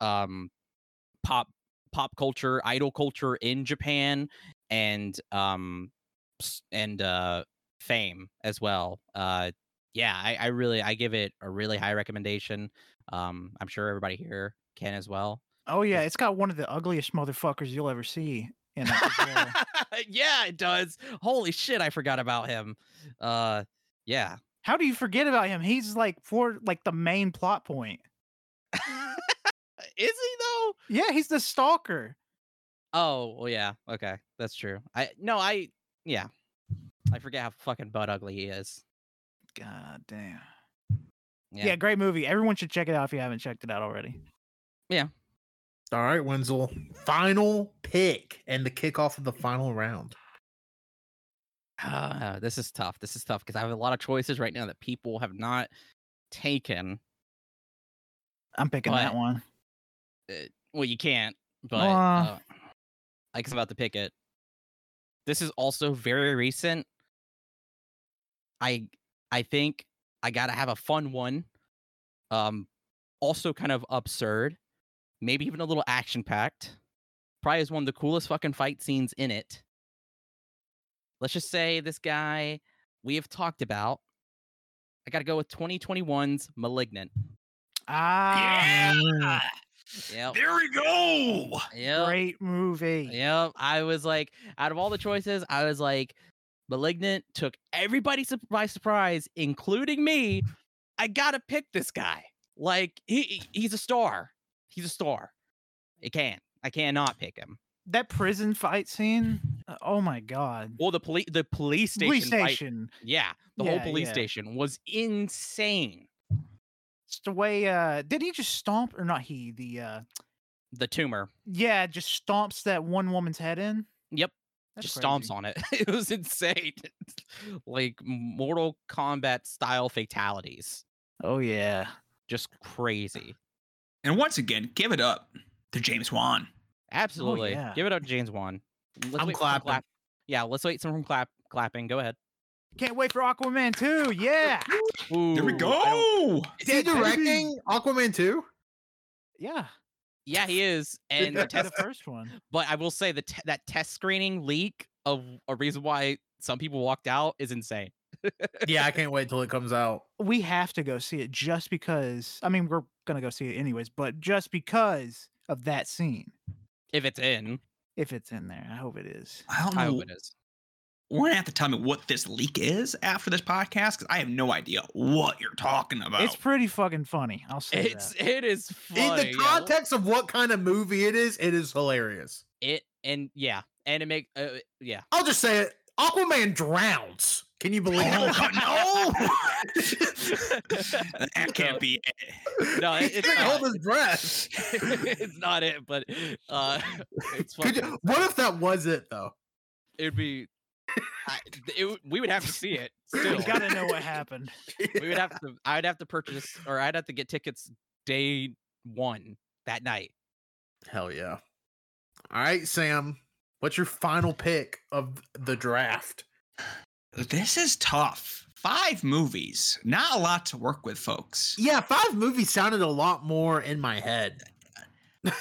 Speaker 6: um pop pop culture, idol culture in Japan and um s- and uh fame as well. Uh yeah, I, I really I give it a really high recommendation. Um, I'm sure everybody here can as well.
Speaker 3: Oh yeah, it's got one of the ugliest motherfuckers you'll ever see. In it as well.
Speaker 6: yeah, it does. Holy shit, I forgot about him. Uh, yeah.
Speaker 3: How do you forget about him? He's like for like the main plot point.
Speaker 6: Is he though?
Speaker 3: Yeah, he's the stalker.
Speaker 6: Oh, well, yeah. Okay, that's true. I no, I yeah. I forget how fucking butt ugly he is.
Speaker 3: God damn.
Speaker 6: Yeah.
Speaker 3: Yeah. great movie. Everyone should check it out if you haven't checked it out already.
Speaker 5: All right, Wenzel. Final pick and the kickoff of the final round.
Speaker 6: Uh, this is tough. This is tough because I have a lot of choices right now that people have not taken.
Speaker 3: I'm picking that
Speaker 6: But-
Speaker 3: one.
Speaker 6: Well, you can't, but
Speaker 3: Uh.
Speaker 6: uh, I was about to pick it. This is also very recent. I I think I gotta have a fun one. Um, also kind of absurd, maybe even a little action packed. Probably is one of the coolest fucking fight scenes in it. Let's just say this guy we have talked about. I gotta go with 2021's Malignant.
Speaker 3: Ah,
Speaker 7: yeah.
Speaker 6: Yep.
Speaker 7: There we go.
Speaker 6: Yep.
Speaker 3: great movie.
Speaker 6: Yeah, I was like, out of all the choices, I was like, Malignant took everybody sup- by surprise, including me. I gotta pick this guy. Like he he- he's a star. He's a star. It can't. I cannot pick him.
Speaker 3: That prison fight scene. uh, Oh my god.
Speaker 6: Well, the police the police station,
Speaker 3: Police
Speaker 6: fight-
Speaker 3: station.
Speaker 6: yeah, the
Speaker 3: Yeah,
Speaker 6: whole police
Speaker 3: yeah.
Speaker 6: station was insane.
Speaker 3: It's the way. Uh, did he just stomp or not? He the. uh
Speaker 6: The tumor
Speaker 3: Yeah, just stomps that one woman's head in.
Speaker 6: Yep,
Speaker 3: That's
Speaker 6: just
Speaker 3: crazy.
Speaker 6: stomps on it. it was insane, like Mortal Kombat style fatalities.
Speaker 3: Oh yeah.
Speaker 6: Just crazy.
Speaker 7: And once again, give it up to James Wan.
Speaker 6: Absolutely.
Speaker 3: yeah.
Speaker 6: Give it up to James Wan. Let's
Speaker 5: I'm
Speaker 6: wait for some
Speaker 5: clapping.
Speaker 6: Clap. Yeah, let's wait some clap clapping. Go ahead.
Speaker 3: Can't wait for Aquaman 2. Yeah.
Speaker 7: There we
Speaker 6: Ooh, I don't-
Speaker 7: go.
Speaker 5: Is he directing Aquaman 2?
Speaker 3: Yeah.
Speaker 6: Yeah, he is. And the
Speaker 5: Yeah.
Speaker 3: To
Speaker 6: test,
Speaker 3: the first one.
Speaker 6: but I will say the te- that test screening leak of a reason why some people walked out is insane.
Speaker 5: yeah, I can't wait till it comes out.
Speaker 3: We have to go see it just because. I mean, we're gonna go see it anyways, but just because of that scene,
Speaker 6: If it's in,
Speaker 3: if it's in there, I hope it is.
Speaker 7: I don't
Speaker 6: I
Speaker 7: know.
Speaker 6: hope it is.
Speaker 7: We're gonna have to tell me what this leak is after this podcast because I have no idea what you're talking about.
Speaker 3: It's pretty fucking funny. I'll say
Speaker 6: It's
Speaker 3: that.
Speaker 6: it is funny.
Speaker 5: In the
Speaker 6: yeah.
Speaker 5: context of what kind of movie it is, it is hilarious.
Speaker 6: it and yeah, and it make uh, yeah.
Speaker 5: I'll just say it. Aquaman drowns. Can you believe
Speaker 7: Oh,
Speaker 5: it?
Speaker 7: God, no! that
Speaker 6: No.
Speaker 7: can't be it.
Speaker 6: No,
Speaker 5: He
Speaker 6: it- it's
Speaker 5: can't
Speaker 6: not.
Speaker 5: hold his breath.
Speaker 6: it's not it, but uh, it's
Speaker 5: Could
Speaker 6: fucking,
Speaker 5: you, what if that was it though?
Speaker 6: it'd be. I, it, would- we would have to see it. Still,
Speaker 3: We gotta know what happened.
Speaker 6: we would have to. I'd have to purchase, or I'd have to get tickets day one that night.
Speaker 5: Hell yeah. All right, Sam. What's your final pick of the draft?
Speaker 7: This is tough. Five movies, not a lot to work with, folks.
Speaker 5: Yeah, five movies sounded a lot more in my head.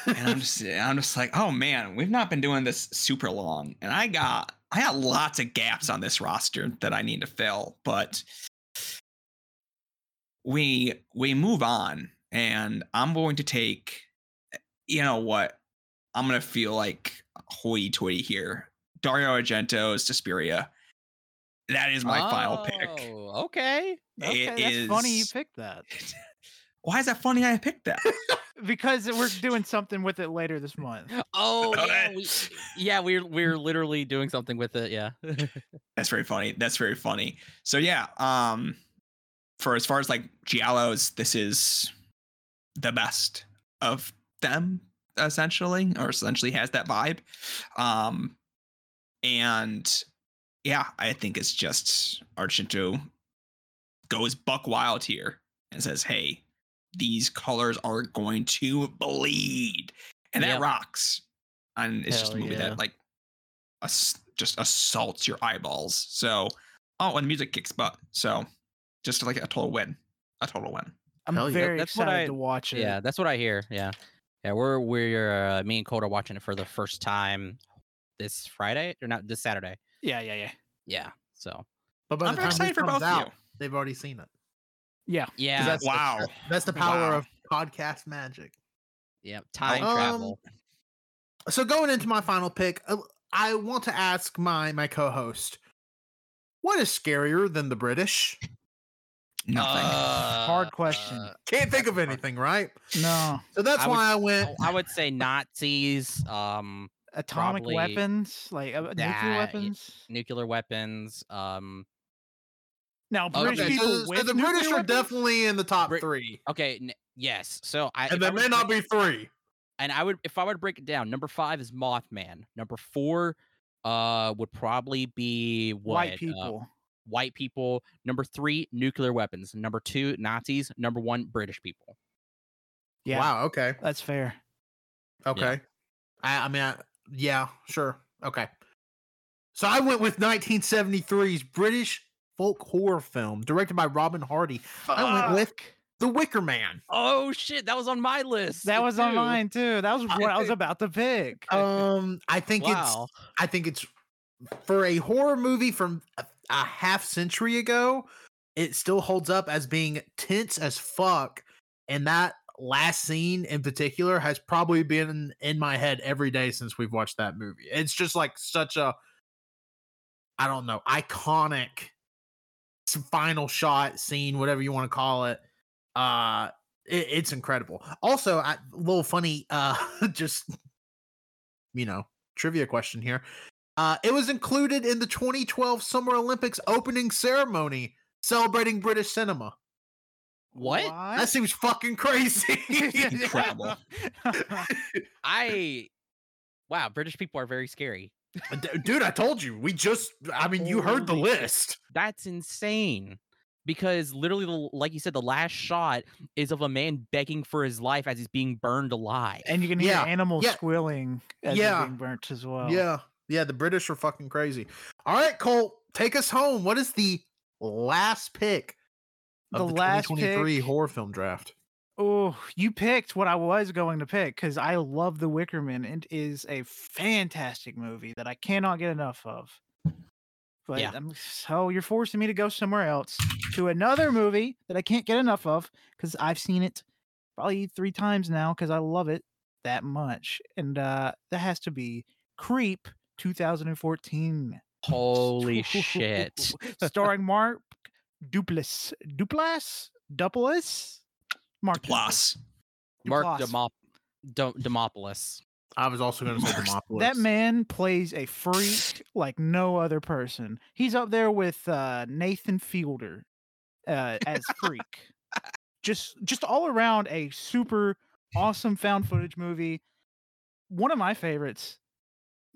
Speaker 7: And I'm just, I'm just like, oh man, we've not been doing this super long, and I got, I got lots of gaps on this roster that I need to fill. But we, we move on, and I'm going to take, you know what, I'm gonna feel like hoity-toity here. Dario Argento's Suspiria. That is my final pick.
Speaker 6: Oh, okay.
Speaker 3: Okay,
Speaker 7: It
Speaker 3: that's funny you
Speaker 7: is-
Speaker 3: picked that
Speaker 7: Why is that funny? I picked that.
Speaker 3: because we're doing something with it later this month.
Speaker 6: Oh yeah,
Speaker 7: Okay.
Speaker 6: we, yeah. We're we're literally doing something with it. Yeah.
Speaker 7: That's very funny. That's very funny. So yeah, um for as far as like Giallos, this is the best of them, essentially, or essentially has that vibe. Um and yeah, I think it's just Argento goes buck wild here and says, Hey, these colors are going to bleed. And that
Speaker 6: Yep.
Speaker 7: rocks. And it's just a
Speaker 6: Hell
Speaker 7: movie
Speaker 6: yeah.
Speaker 7: that like ass- just assaults your eyeballs. So, oh, and the music kicks butt. So, just like a total win, a total win.
Speaker 3: I'm
Speaker 5: Hell yeah,
Speaker 3: very
Speaker 6: that's what
Speaker 3: excited
Speaker 6: I-
Speaker 3: to watch it.
Speaker 6: Yeah, that's what I hear. Yeah, yeah. We're we're uh, me and Colt are watching it for the first time this Friday or not this Saturday.
Speaker 3: yeah, yeah, yeah.
Speaker 6: Yeah. So
Speaker 5: But by
Speaker 7: I'm
Speaker 5: the
Speaker 7: very
Speaker 5: time
Speaker 7: excited
Speaker 5: this
Speaker 7: for
Speaker 5: comes
Speaker 7: both
Speaker 5: out,
Speaker 7: of
Speaker 5: they've already seen it. 'Cause
Speaker 6: yeah,
Speaker 5: that's-
Speaker 7: Wow.
Speaker 5: that's the power
Speaker 7: Wow.
Speaker 5: of podcast magic.
Speaker 6: yeah. Time
Speaker 5: Um,
Speaker 6: travel.
Speaker 5: So going into my final pick, uh, I want to ask my my co-host, what is scarier than the British?
Speaker 7: you. Nothing.
Speaker 3: Hard question.
Speaker 6: uh,
Speaker 5: Can't think of anything, right?
Speaker 3: No,
Speaker 5: So that's
Speaker 6: I would-
Speaker 5: why I went.
Speaker 6: oh, I would say Nazis, um,
Speaker 3: atomic
Speaker 6: Probably
Speaker 3: weapons, like uh, nuclear
Speaker 6: that, y-
Speaker 3: weapons.
Speaker 6: nuclear weapons. Um,
Speaker 3: Now
Speaker 6: Okay,
Speaker 3: British
Speaker 5: Okay,
Speaker 3: people
Speaker 5: so, so
Speaker 3: with
Speaker 5: the
Speaker 3: nuclear
Speaker 5: British are
Speaker 3: weapons?
Speaker 5: definitely in the top
Speaker 6: Brit-
Speaker 5: three,
Speaker 6: okay. N- yes. So I
Speaker 5: and
Speaker 6: if I
Speaker 5: there
Speaker 6: were
Speaker 5: may
Speaker 6: to
Speaker 5: not
Speaker 6: break-
Speaker 5: be three.
Speaker 6: and I would if I were to break it down, number five is Mothman. Number four uh would probably be what,
Speaker 3: white
Speaker 6: uh,
Speaker 3: people.
Speaker 6: white people. Number three, nuclear weapons. Number two, Nazis. Number one, British people.
Speaker 3: yeah,
Speaker 5: Wow. Okay.
Speaker 3: that's fair.
Speaker 5: Okay. I, I mean, I, yeah, sure. Okay. So I went with 1973's British folk horror film directed by Robin Hardy. I went with The Wicker Man.
Speaker 6: Oh shit, that was on my list.
Speaker 3: That was on mine too. That was
Speaker 5: I
Speaker 3: what I was
Speaker 5: think-
Speaker 3: about to pick.
Speaker 5: Um, I think
Speaker 6: Wow.
Speaker 5: it's I think it's for a horror movie from a, a half century ago. It still holds up as being tense as fuck, and that last scene in particular has probably been in my head every day since we've watched that movie. It's just like such a I don't know iconic s- final shot scene, whatever you want to call it. Uh, it, it's incredible. Also, a little funny, uh, just you know, trivia question here. Uh, it was included in the 2012 Summer Olympics opening ceremony celebrating British cinema.
Speaker 6: What?
Speaker 5: That seems fucking crazy.
Speaker 7: Incredible.
Speaker 6: I wow, British people are very scary.
Speaker 5: D- Dude, I told you. We just, I mean, you heard the
Speaker 6: Holy shit.
Speaker 5: list.
Speaker 6: That's insane. because literally, the- like you said, the last shot is of a man begging for his life as he's being burned alive.
Speaker 3: and you can hear
Speaker 5: Yeah,
Speaker 3: animals
Speaker 5: yeah,
Speaker 3: squealing as they're
Speaker 5: yeah,
Speaker 3: being burnt as well.
Speaker 5: Yeah. Yeah. The British are fucking crazy. All right, Colt, take us home. What is the last pick of
Speaker 3: The
Speaker 5: the,
Speaker 3: last
Speaker 5: 2023
Speaker 3: pick-
Speaker 5: horror film draft?
Speaker 3: Oh, you picked what I was going to pick because I love The Wicker Man. It is a fantastic movie that I cannot get enough of. But
Speaker 6: Yeah.
Speaker 3: I'm, so you're forcing me to go somewhere else to another movie that I can't get enough of because I've seen it probably three times now because I love it that much. And uh, that has to be Creep 2014.
Speaker 6: Holy shit!
Speaker 3: Starring Mark Duplass. Duplass? Duplass? Mark Duplass.
Speaker 7: Plus,
Speaker 6: Mark
Speaker 3: Duplass.
Speaker 6: Demop- Dem- Demopoulos.
Speaker 5: I was also going to say Demopolis.
Speaker 3: That man plays a freak like no other person. He's up there with uh, Nathan Fielder uh, as freak. just just all around a super awesome found footage movie. One of my favorites.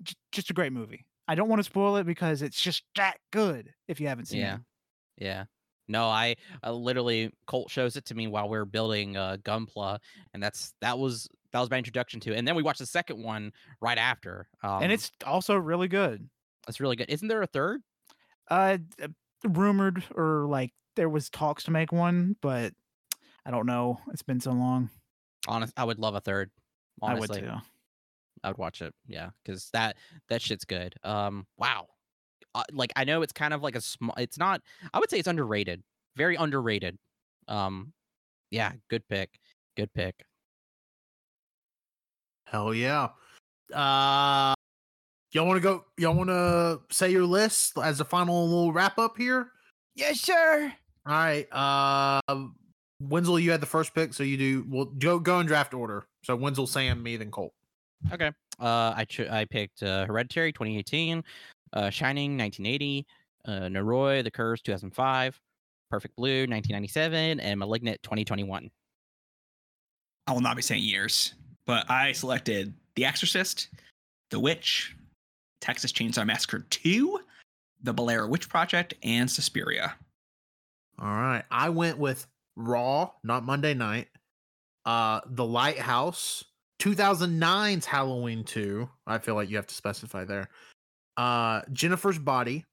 Speaker 3: J- just a great movie. I don't want to spoil it because it's just that good if you haven't seen
Speaker 6: Yeah.
Speaker 3: it.
Speaker 6: Yeah. No, I, I literally Colt shows it to me while we were building uh, Gunpla, and that's that was that was my introduction to it. And then we watched the second one right after, um,
Speaker 3: and it's also really good.
Speaker 6: that's really good. Isn't there a third?
Speaker 3: Uh, d- rumored or like there was talks to make one, but I don't know. It's been so long.
Speaker 6: Honest, I would love a third.
Speaker 3: I
Speaker 6: Honestly,
Speaker 3: would too.
Speaker 6: I would watch it. Yeah, because that that shit's good. Um, wow. Uh, like I know it's kind of like a small. It's not. I would say it's underrated. Very underrated. Um, yeah, good pick. Good pick.
Speaker 5: Hell yeah. Uh, y'all want to go? Y'all want to say your list as a final little wrap up here?
Speaker 3: Yes, sir.
Speaker 5: All right. Uh, Wenzel, you had the first pick, so you do. Well, go go in draft order. So Wenzel, Sam, me, then Colt.
Speaker 6: Uh, I cho- I picked uh, Hereditary 2018, uh, Shining 1980, uh, Noroi The Curse 2005, Perfect Blue 1997, and Malignant 2021.
Speaker 7: I will not be saying years, but I selected The Exorcist, The Witch, Texas Chainsaw Massacre 2, The Blair Witch Project, and Suspiria.
Speaker 5: All right. I went with Raw, not Monday Night. Uh, The Lighthouse, 2009's Halloween 2. I feel like you have to specify there. Uh, Jennifer's Body,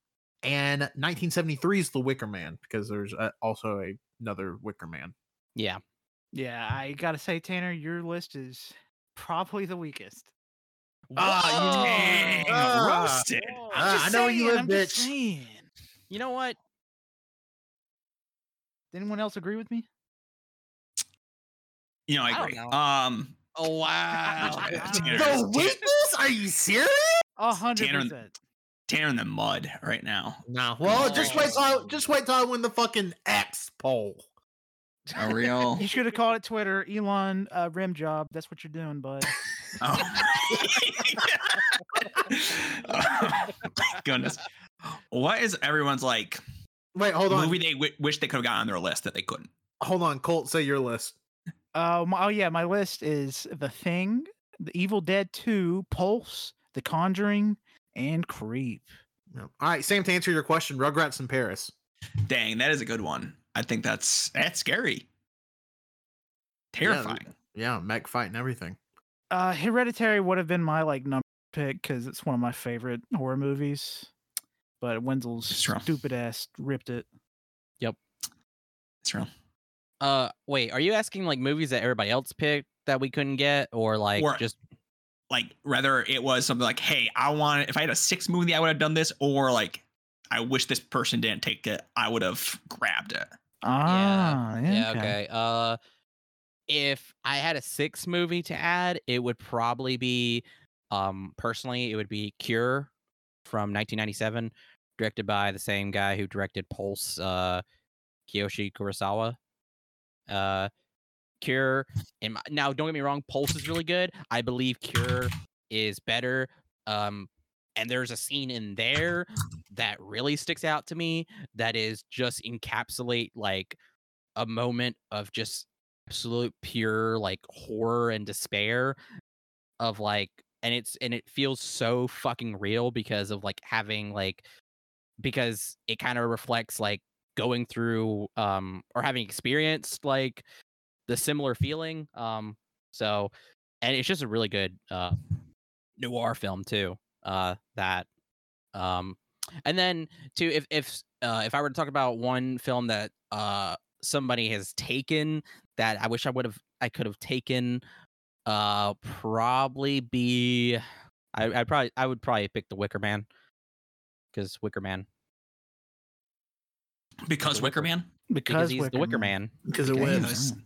Speaker 5: and 1973's The Wicker Man because there's uh also a, another Wicker Man.
Speaker 6: Yeah,
Speaker 3: Yeah, I gotta say, Tanner, your list is probably the weakest.
Speaker 5: Ah,
Speaker 7: Dang,
Speaker 5: Ah.
Speaker 7: roasted.
Speaker 5: I'm Ah, just I know where you saying, live, I'm just bitch.
Speaker 6: you know what?
Speaker 3: Did anyone else agree with me?
Speaker 7: You know, I
Speaker 6: I don't
Speaker 7: agree.
Speaker 6: know.
Speaker 7: Um,
Speaker 6: Oh wow!
Speaker 7: Tanner,
Speaker 5: The
Speaker 7: is- Tan-
Speaker 5: weakness? Are you serious?
Speaker 3: A hundred
Speaker 7: Tanner-
Speaker 3: percent.
Speaker 7: Tanner in the mud right now.
Speaker 5: No. Well, just wait till I,
Speaker 6: Oh.
Speaker 5: just wait till I win the fucking X poll.
Speaker 7: A real.
Speaker 3: You should have called it Twitter, Elon uh, Rim Job. That's what you're doing, bud.
Speaker 7: Oh. oh my goodness. What is everyone's like
Speaker 5: Wait, hold on.
Speaker 7: movie they w- wish they could have got on their list that they couldn't?
Speaker 5: Hold on, Colt. Say your list.
Speaker 3: Uh, my, oh yeah, my list is The Thing, The Evil Dead Two, Pulse, The Conjuring, and Creep.
Speaker 5: All right, Sam. To answer your question, Rugrats in Paris.
Speaker 7: Dang, that is a good one. I think that's that's scary. Terrifying.
Speaker 5: Yeah, mech fight and everything.
Speaker 3: Uh, Hereditary would have been my like number pick because it's one of my favorite horror movies. But Wenzel's
Speaker 7: It's true.
Speaker 3: stupid ass ripped it.
Speaker 7: That's real.
Speaker 6: Uh, wait, are you asking like movies that everybody else picked that we couldn't get, or like
Speaker 7: Or-
Speaker 6: just
Speaker 7: Like rather it was something like, hey, I want if I had a six movie, I would have done this, or like I wish this person didn't take it, I would have grabbed it.
Speaker 3: Ah, yeah,
Speaker 6: yeah? Okay. Uh, if I had a sixth movie to add, it would probably be, um, personally, it would be Cure from 1997, directed by the same guy who directed Pulse, uh, Kiyoshi Kurosawa. Uh, Cure. And now, don't get me wrong, Pulse is really good. I believe Cure is better. Um, and there's a scene in there that really sticks out to me that is just encapsulate like a moment of just absolute pure like horror and despair of like and it's and it feels so fucking real because of like having like because it kind of reflects like going through um or having experienced like the similar feeling. Um so and it's just a really good uh noir film too. Uh that um and then too if if uh if I were to talk about one film that uh somebody has taken that I wish I would have I could have taken uh probably be I I probably I would probably pick the Wicker Man because Wicker Man
Speaker 7: because
Speaker 6: The Wicker-
Speaker 7: Wicker Man.
Speaker 6: because he's the Wicker Man.
Speaker 5: because it
Speaker 3: Because-
Speaker 5: was.
Speaker 7: Because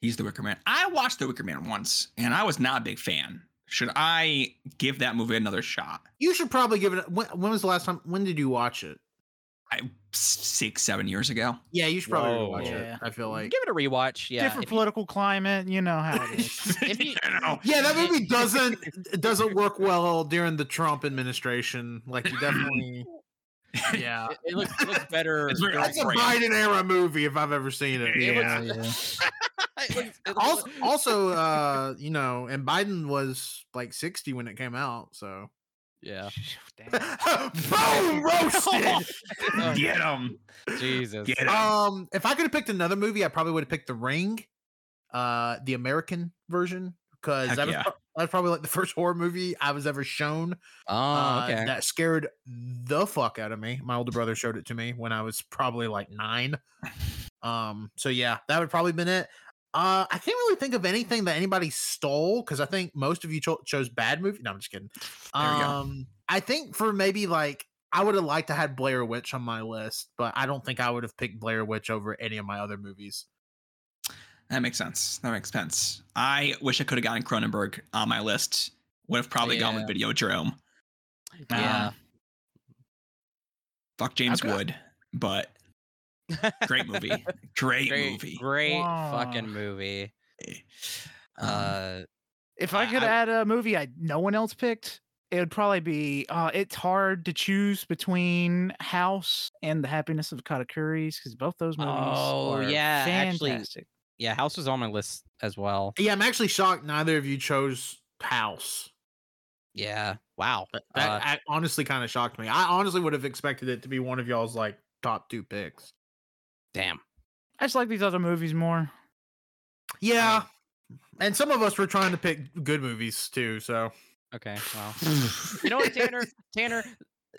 Speaker 7: he's the Wicker Man. I watched the Wicker Man once, and I was not a big fan. Should I give that movie another shot?
Speaker 5: You should probably give it. When, when was the last time? When did you watch it?
Speaker 7: I six seven years ago.
Speaker 5: Yeah, you should probably
Speaker 6: Whoa.
Speaker 5: watch
Speaker 3: Yeah.
Speaker 5: it. I feel like.
Speaker 6: Give it a rewatch. Yeah,
Speaker 3: Different
Speaker 6: if you-
Speaker 3: political climate, you know how it is.
Speaker 6: If you-
Speaker 7: You know,
Speaker 5: Yeah, that movie doesn't it doesn't work well during the Trump administration. Like you definitely. Yeah,
Speaker 6: uh, it, it looks it looks better.
Speaker 7: It's very
Speaker 5: that's a
Speaker 7: Right.
Speaker 5: Biden era movie if I've ever seen it.
Speaker 7: Yeah.
Speaker 3: Oh, yeah.
Speaker 6: it looks- it
Speaker 5: Also,
Speaker 6: looks-
Speaker 5: also, uh, you know, and Biden was like sixty when it came out, so
Speaker 6: yeah.
Speaker 3: Damn.
Speaker 5: boom roasted.
Speaker 6: Oh,
Speaker 7: Get him.
Speaker 6: Jesus.
Speaker 7: Get him.
Speaker 5: um, if I could have picked another movie, I probably would have picked The Ring, uh, the American version, because
Speaker 7: Heck
Speaker 5: that was
Speaker 7: yeah.
Speaker 5: pro- that was probably like the first horror movie I was ever shown.
Speaker 6: Oh,
Speaker 5: uh,
Speaker 6: okay.
Speaker 5: that scared the fuck out of me. My older brother showed it to me when I was probably like nine. Um, so yeah, that would probably been it. Uh, I can't really think of anything that anybody stole because I think most of you cho- chose bad movie. No, I'm just kidding.
Speaker 7: There you go.
Speaker 5: Um, I think for maybe like I would have liked to had Blair Witch on my list, but I don't think I would have picked Blair Witch over any of my other movies.
Speaker 7: That makes sense. That makes sense. I wish I could have gotten Cronenberg on my list. Would have probably gone with Video Jerome.
Speaker 6: yeah.
Speaker 7: Um, fuck James
Speaker 5: got-
Speaker 7: Wood, but great movie. Great,
Speaker 6: great,
Speaker 7: movie.
Speaker 6: Great
Speaker 3: Wow.
Speaker 6: fucking movie.
Speaker 7: Um,
Speaker 6: Uh,
Speaker 3: If I
Speaker 6: I-
Speaker 3: could
Speaker 6: I-
Speaker 3: add a movie I no one else picked, it would probably be uh it's hard to choose between House and The Happiness of Katakuris because both those movies
Speaker 6: Oh,
Speaker 3: are
Speaker 6: yeah, actually-
Speaker 3: fantastic.
Speaker 6: yeah, House was on my list as well.
Speaker 5: Yeah, I'm actually shocked neither of you chose House.
Speaker 6: Yeah. Wow.
Speaker 5: That, that
Speaker 6: Uh,
Speaker 5: ac- honestly kind of shocked me. I honestly would have expected it to be one of y'all's like top two picks.
Speaker 6: Damn.
Speaker 3: I just like these other movies more.
Speaker 5: Yeah. And some of us were trying to pick good movies too, so
Speaker 6: Okay. Wow. you know what, Tanner? Tanner,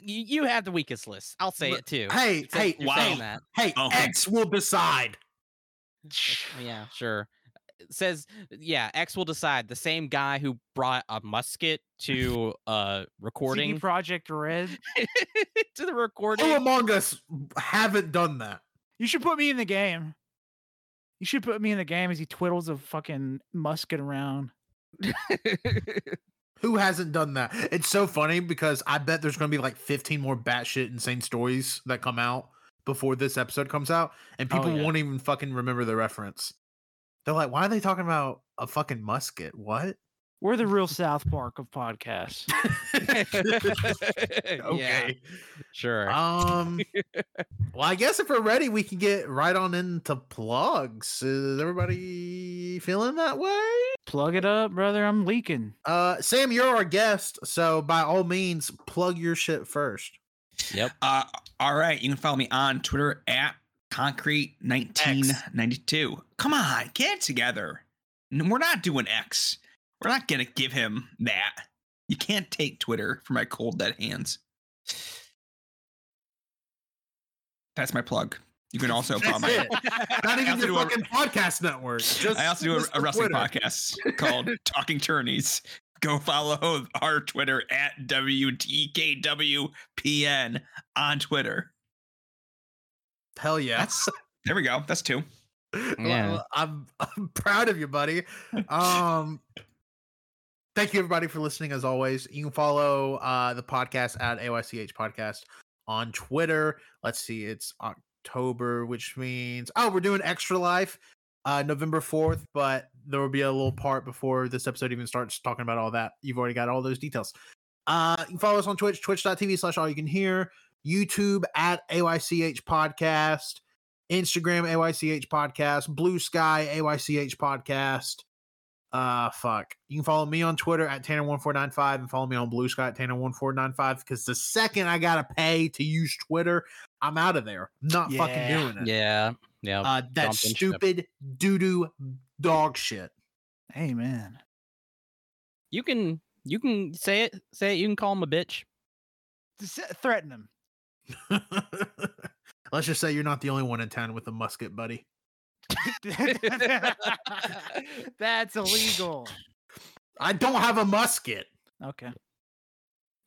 Speaker 6: you, you have the weakest list. I'll say
Speaker 5: Look,
Speaker 6: it too.
Speaker 5: hey,
Speaker 6: Since
Speaker 5: hey,
Speaker 6: you're
Speaker 7: wow.
Speaker 6: saying that.
Speaker 5: hey,
Speaker 7: Oh.
Speaker 5: X will decide.
Speaker 6: Yeah, sure. It says, yeah, X will decide. The same guy who brought a musket to uh
Speaker 3: CD
Speaker 6: recording
Speaker 3: Project Red.
Speaker 6: to the recording.
Speaker 5: Who among us haven't done that?
Speaker 3: You should put me in the game. You should put me in the game as he twiddles a fucking musket around.
Speaker 5: Who hasn't done that? It's so funny because I bet there's going to be like 15 more batshit insane stories that come out before this episode comes out, and
Speaker 3: Oh,
Speaker 5: people
Speaker 3: yeah.
Speaker 5: won't even fucking remember the reference. They're like, why are they talking about a fucking musket? What?
Speaker 3: We're the real South Park of podcasts.
Speaker 6: Yeah,
Speaker 5: okay.
Speaker 6: sure.
Speaker 5: Um, well, I guess if we're ready, we can get right on into plugs. Is everybody feeling that way?
Speaker 3: Plug it up, brother. I'm leaking.
Speaker 5: Uh, Sam, you're our guest, so by all means, plug your shit first.
Speaker 7: Uh, all right, you can follow me on Twitter at concrete1992. Come on, get it together. N- We're not doing X. We're not gonna give him that. You can't take Twitter for my cold dead hands. That's my plug. You can also follow
Speaker 5: That's
Speaker 7: my.
Speaker 5: it. Not
Speaker 7: I
Speaker 5: even
Speaker 7: also
Speaker 5: your
Speaker 7: do a-
Speaker 5: fucking podcast network. Just
Speaker 7: I also do a,
Speaker 5: just
Speaker 7: a
Speaker 5: the
Speaker 7: wrestling
Speaker 5: Twitter.
Speaker 7: podcast called Talking Tourneys. Go follow our Twitter at WTKWPN on Twitter.
Speaker 5: Hell yeah.
Speaker 7: That's there we go. That's two.
Speaker 5: Well,
Speaker 6: Yeah.
Speaker 5: I'm, I'm proud of you, buddy. Um, thank you everybody for listening as always. You can follow uh, the podcast at AYCH Podcast on Twitter. Let's see, it's October, which means oh, we're doing Extra Life uh, November 4th, but there will be a little part before this episode even starts talking about all that. You've already got all those details. Uh, you can follow us on Twitch, twitch.tv slash all you can hear, YouTube at AYCH Podcast. Instagram AYCH podcast, Blue Sky AYCH podcast. Uh fuck. You can follow me on Twitter at Tanner1495 and follow me on Blue Sky at Tanner1495 because the second I gotta pay to use Twitter, I'm out of there. Not fucking
Speaker 3: Yeah.
Speaker 5: doing it.
Speaker 6: Yeah. Yeah.
Speaker 5: Uh, that
Speaker 6: Jumping ship.
Speaker 5: stupid doo doo dog shit.
Speaker 3: Amen.
Speaker 6: you can you can say it. Say it. You can call him a bitch.
Speaker 3: Just s- threaten him.
Speaker 5: Let's just say you're not the only one in town with a musket, buddy.
Speaker 3: That's illegal.
Speaker 5: I don't have a musket.
Speaker 3: Okay.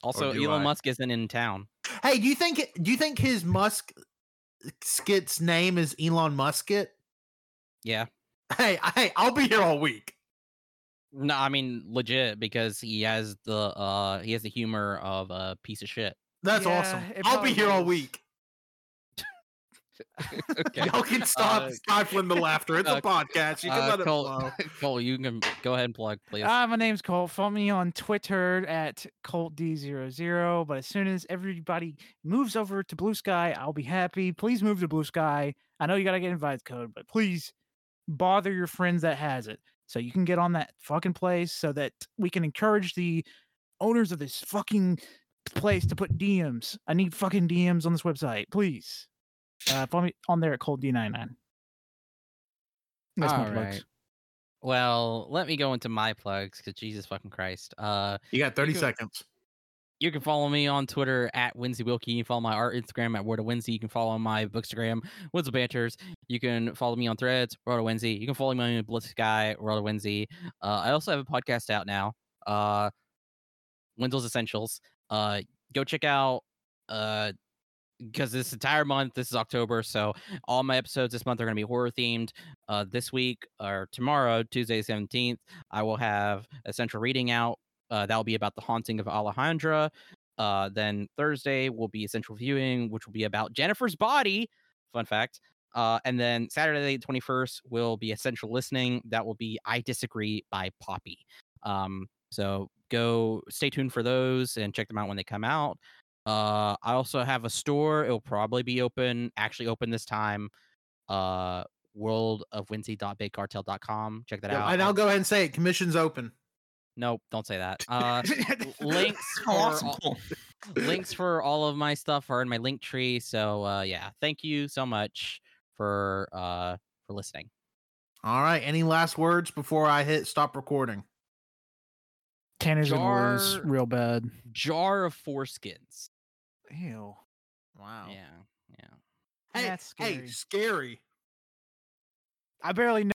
Speaker 6: Also,
Speaker 5: do
Speaker 6: Elon
Speaker 5: I?
Speaker 6: Musk isn't in town.
Speaker 5: Hey, do you think do you think his Musk skit's name is Elon Musket?
Speaker 6: Yeah.
Speaker 5: Hey, hey, I'll be here all week.
Speaker 6: No, I mean legit because he has the uh he has the humor of a piece of shit.
Speaker 5: That's
Speaker 3: Yeah,
Speaker 5: awesome.
Speaker 3: it
Speaker 5: I'll be here all
Speaker 3: probably is.
Speaker 5: week.
Speaker 6: Okay.
Speaker 5: Y'all can stop
Speaker 6: Uh,
Speaker 5: stifling the laughter. It's
Speaker 6: uh,
Speaker 5: a podcast. You can
Speaker 6: Uh,
Speaker 5: let it
Speaker 6: Cole,
Speaker 5: flow.
Speaker 6: Cole, you can go ahead and plug, please.
Speaker 3: Ah, my name's Colt. Follow me on Twitter at ColtD00. But as soon as everybody moves over to Blue Sky, I'll be happy. Please move to Blue Sky. I know you got to get invite code, but please bother your friends that has it so you can get on that fucking place so that we can encourage the owners of this fucking place to put DMs. I need fucking DMs on this website, please. Uh, follow me on there at ColtD99. That's my plugs.
Speaker 6: Alright. Well, let me go into my plugs because Jesus fucking Christ. Uh,
Speaker 5: You got 30
Speaker 6: can-
Speaker 5: seconds.
Speaker 6: you can follow me on Twitter at Winsy Wilkie. You can follow my art Instagram at Word of Winsy. You can follow my Bookstagram, Woods of Banters. You can follow me on Threads, World of Winsy. You can follow me on Blitz Sky, World of Winsy. Uh, I also have a podcast out now, uh, Wendell's Essentials. Uh, go check out uh, because this entire month, this is October, so all my episodes this month are going to be horror themed. Uh, this week or tomorrow, Tuesday seventeenth, I will have essential reading out. Uh, that will be about the haunting of Alejandra. Uh, then Thursday will be essential viewing, which will be about Jennifer's body. Fun fact. Uh, and then Saturday, twenty first, will be essential listening. That will be I disagree by Poppy. Um, so go stay tuned for those and check them out when they come out. Uh, I also have a store. It'll probably be open, actually open this time. Uh, world of wincy.bigcartel.com. Check that
Speaker 5: Yeah,
Speaker 6: out.
Speaker 5: and I'll go ahead and say it. Commission's open.
Speaker 6: Nope, don't say that. Uh, l- links for
Speaker 7: Oh, awesome.
Speaker 6: all-
Speaker 7: Cool.
Speaker 6: links for all of my stuff are in my link tree. So uh, yeah, thank you so much for uh, for listening.
Speaker 5: All right. Any last words before I hit stop recording?
Speaker 3: Tanner's gonna lose
Speaker 6: Jar-
Speaker 3: real bad.
Speaker 6: Jar of foreskins.
Speaker 3: Ew.
Speaker 5: Wow.
Speaker 6: Yeah, yeah.
Speaker 5: Hey,
Speaker 3: That's
Speaker 5: hey, scary.
Speaker 3: I barely know.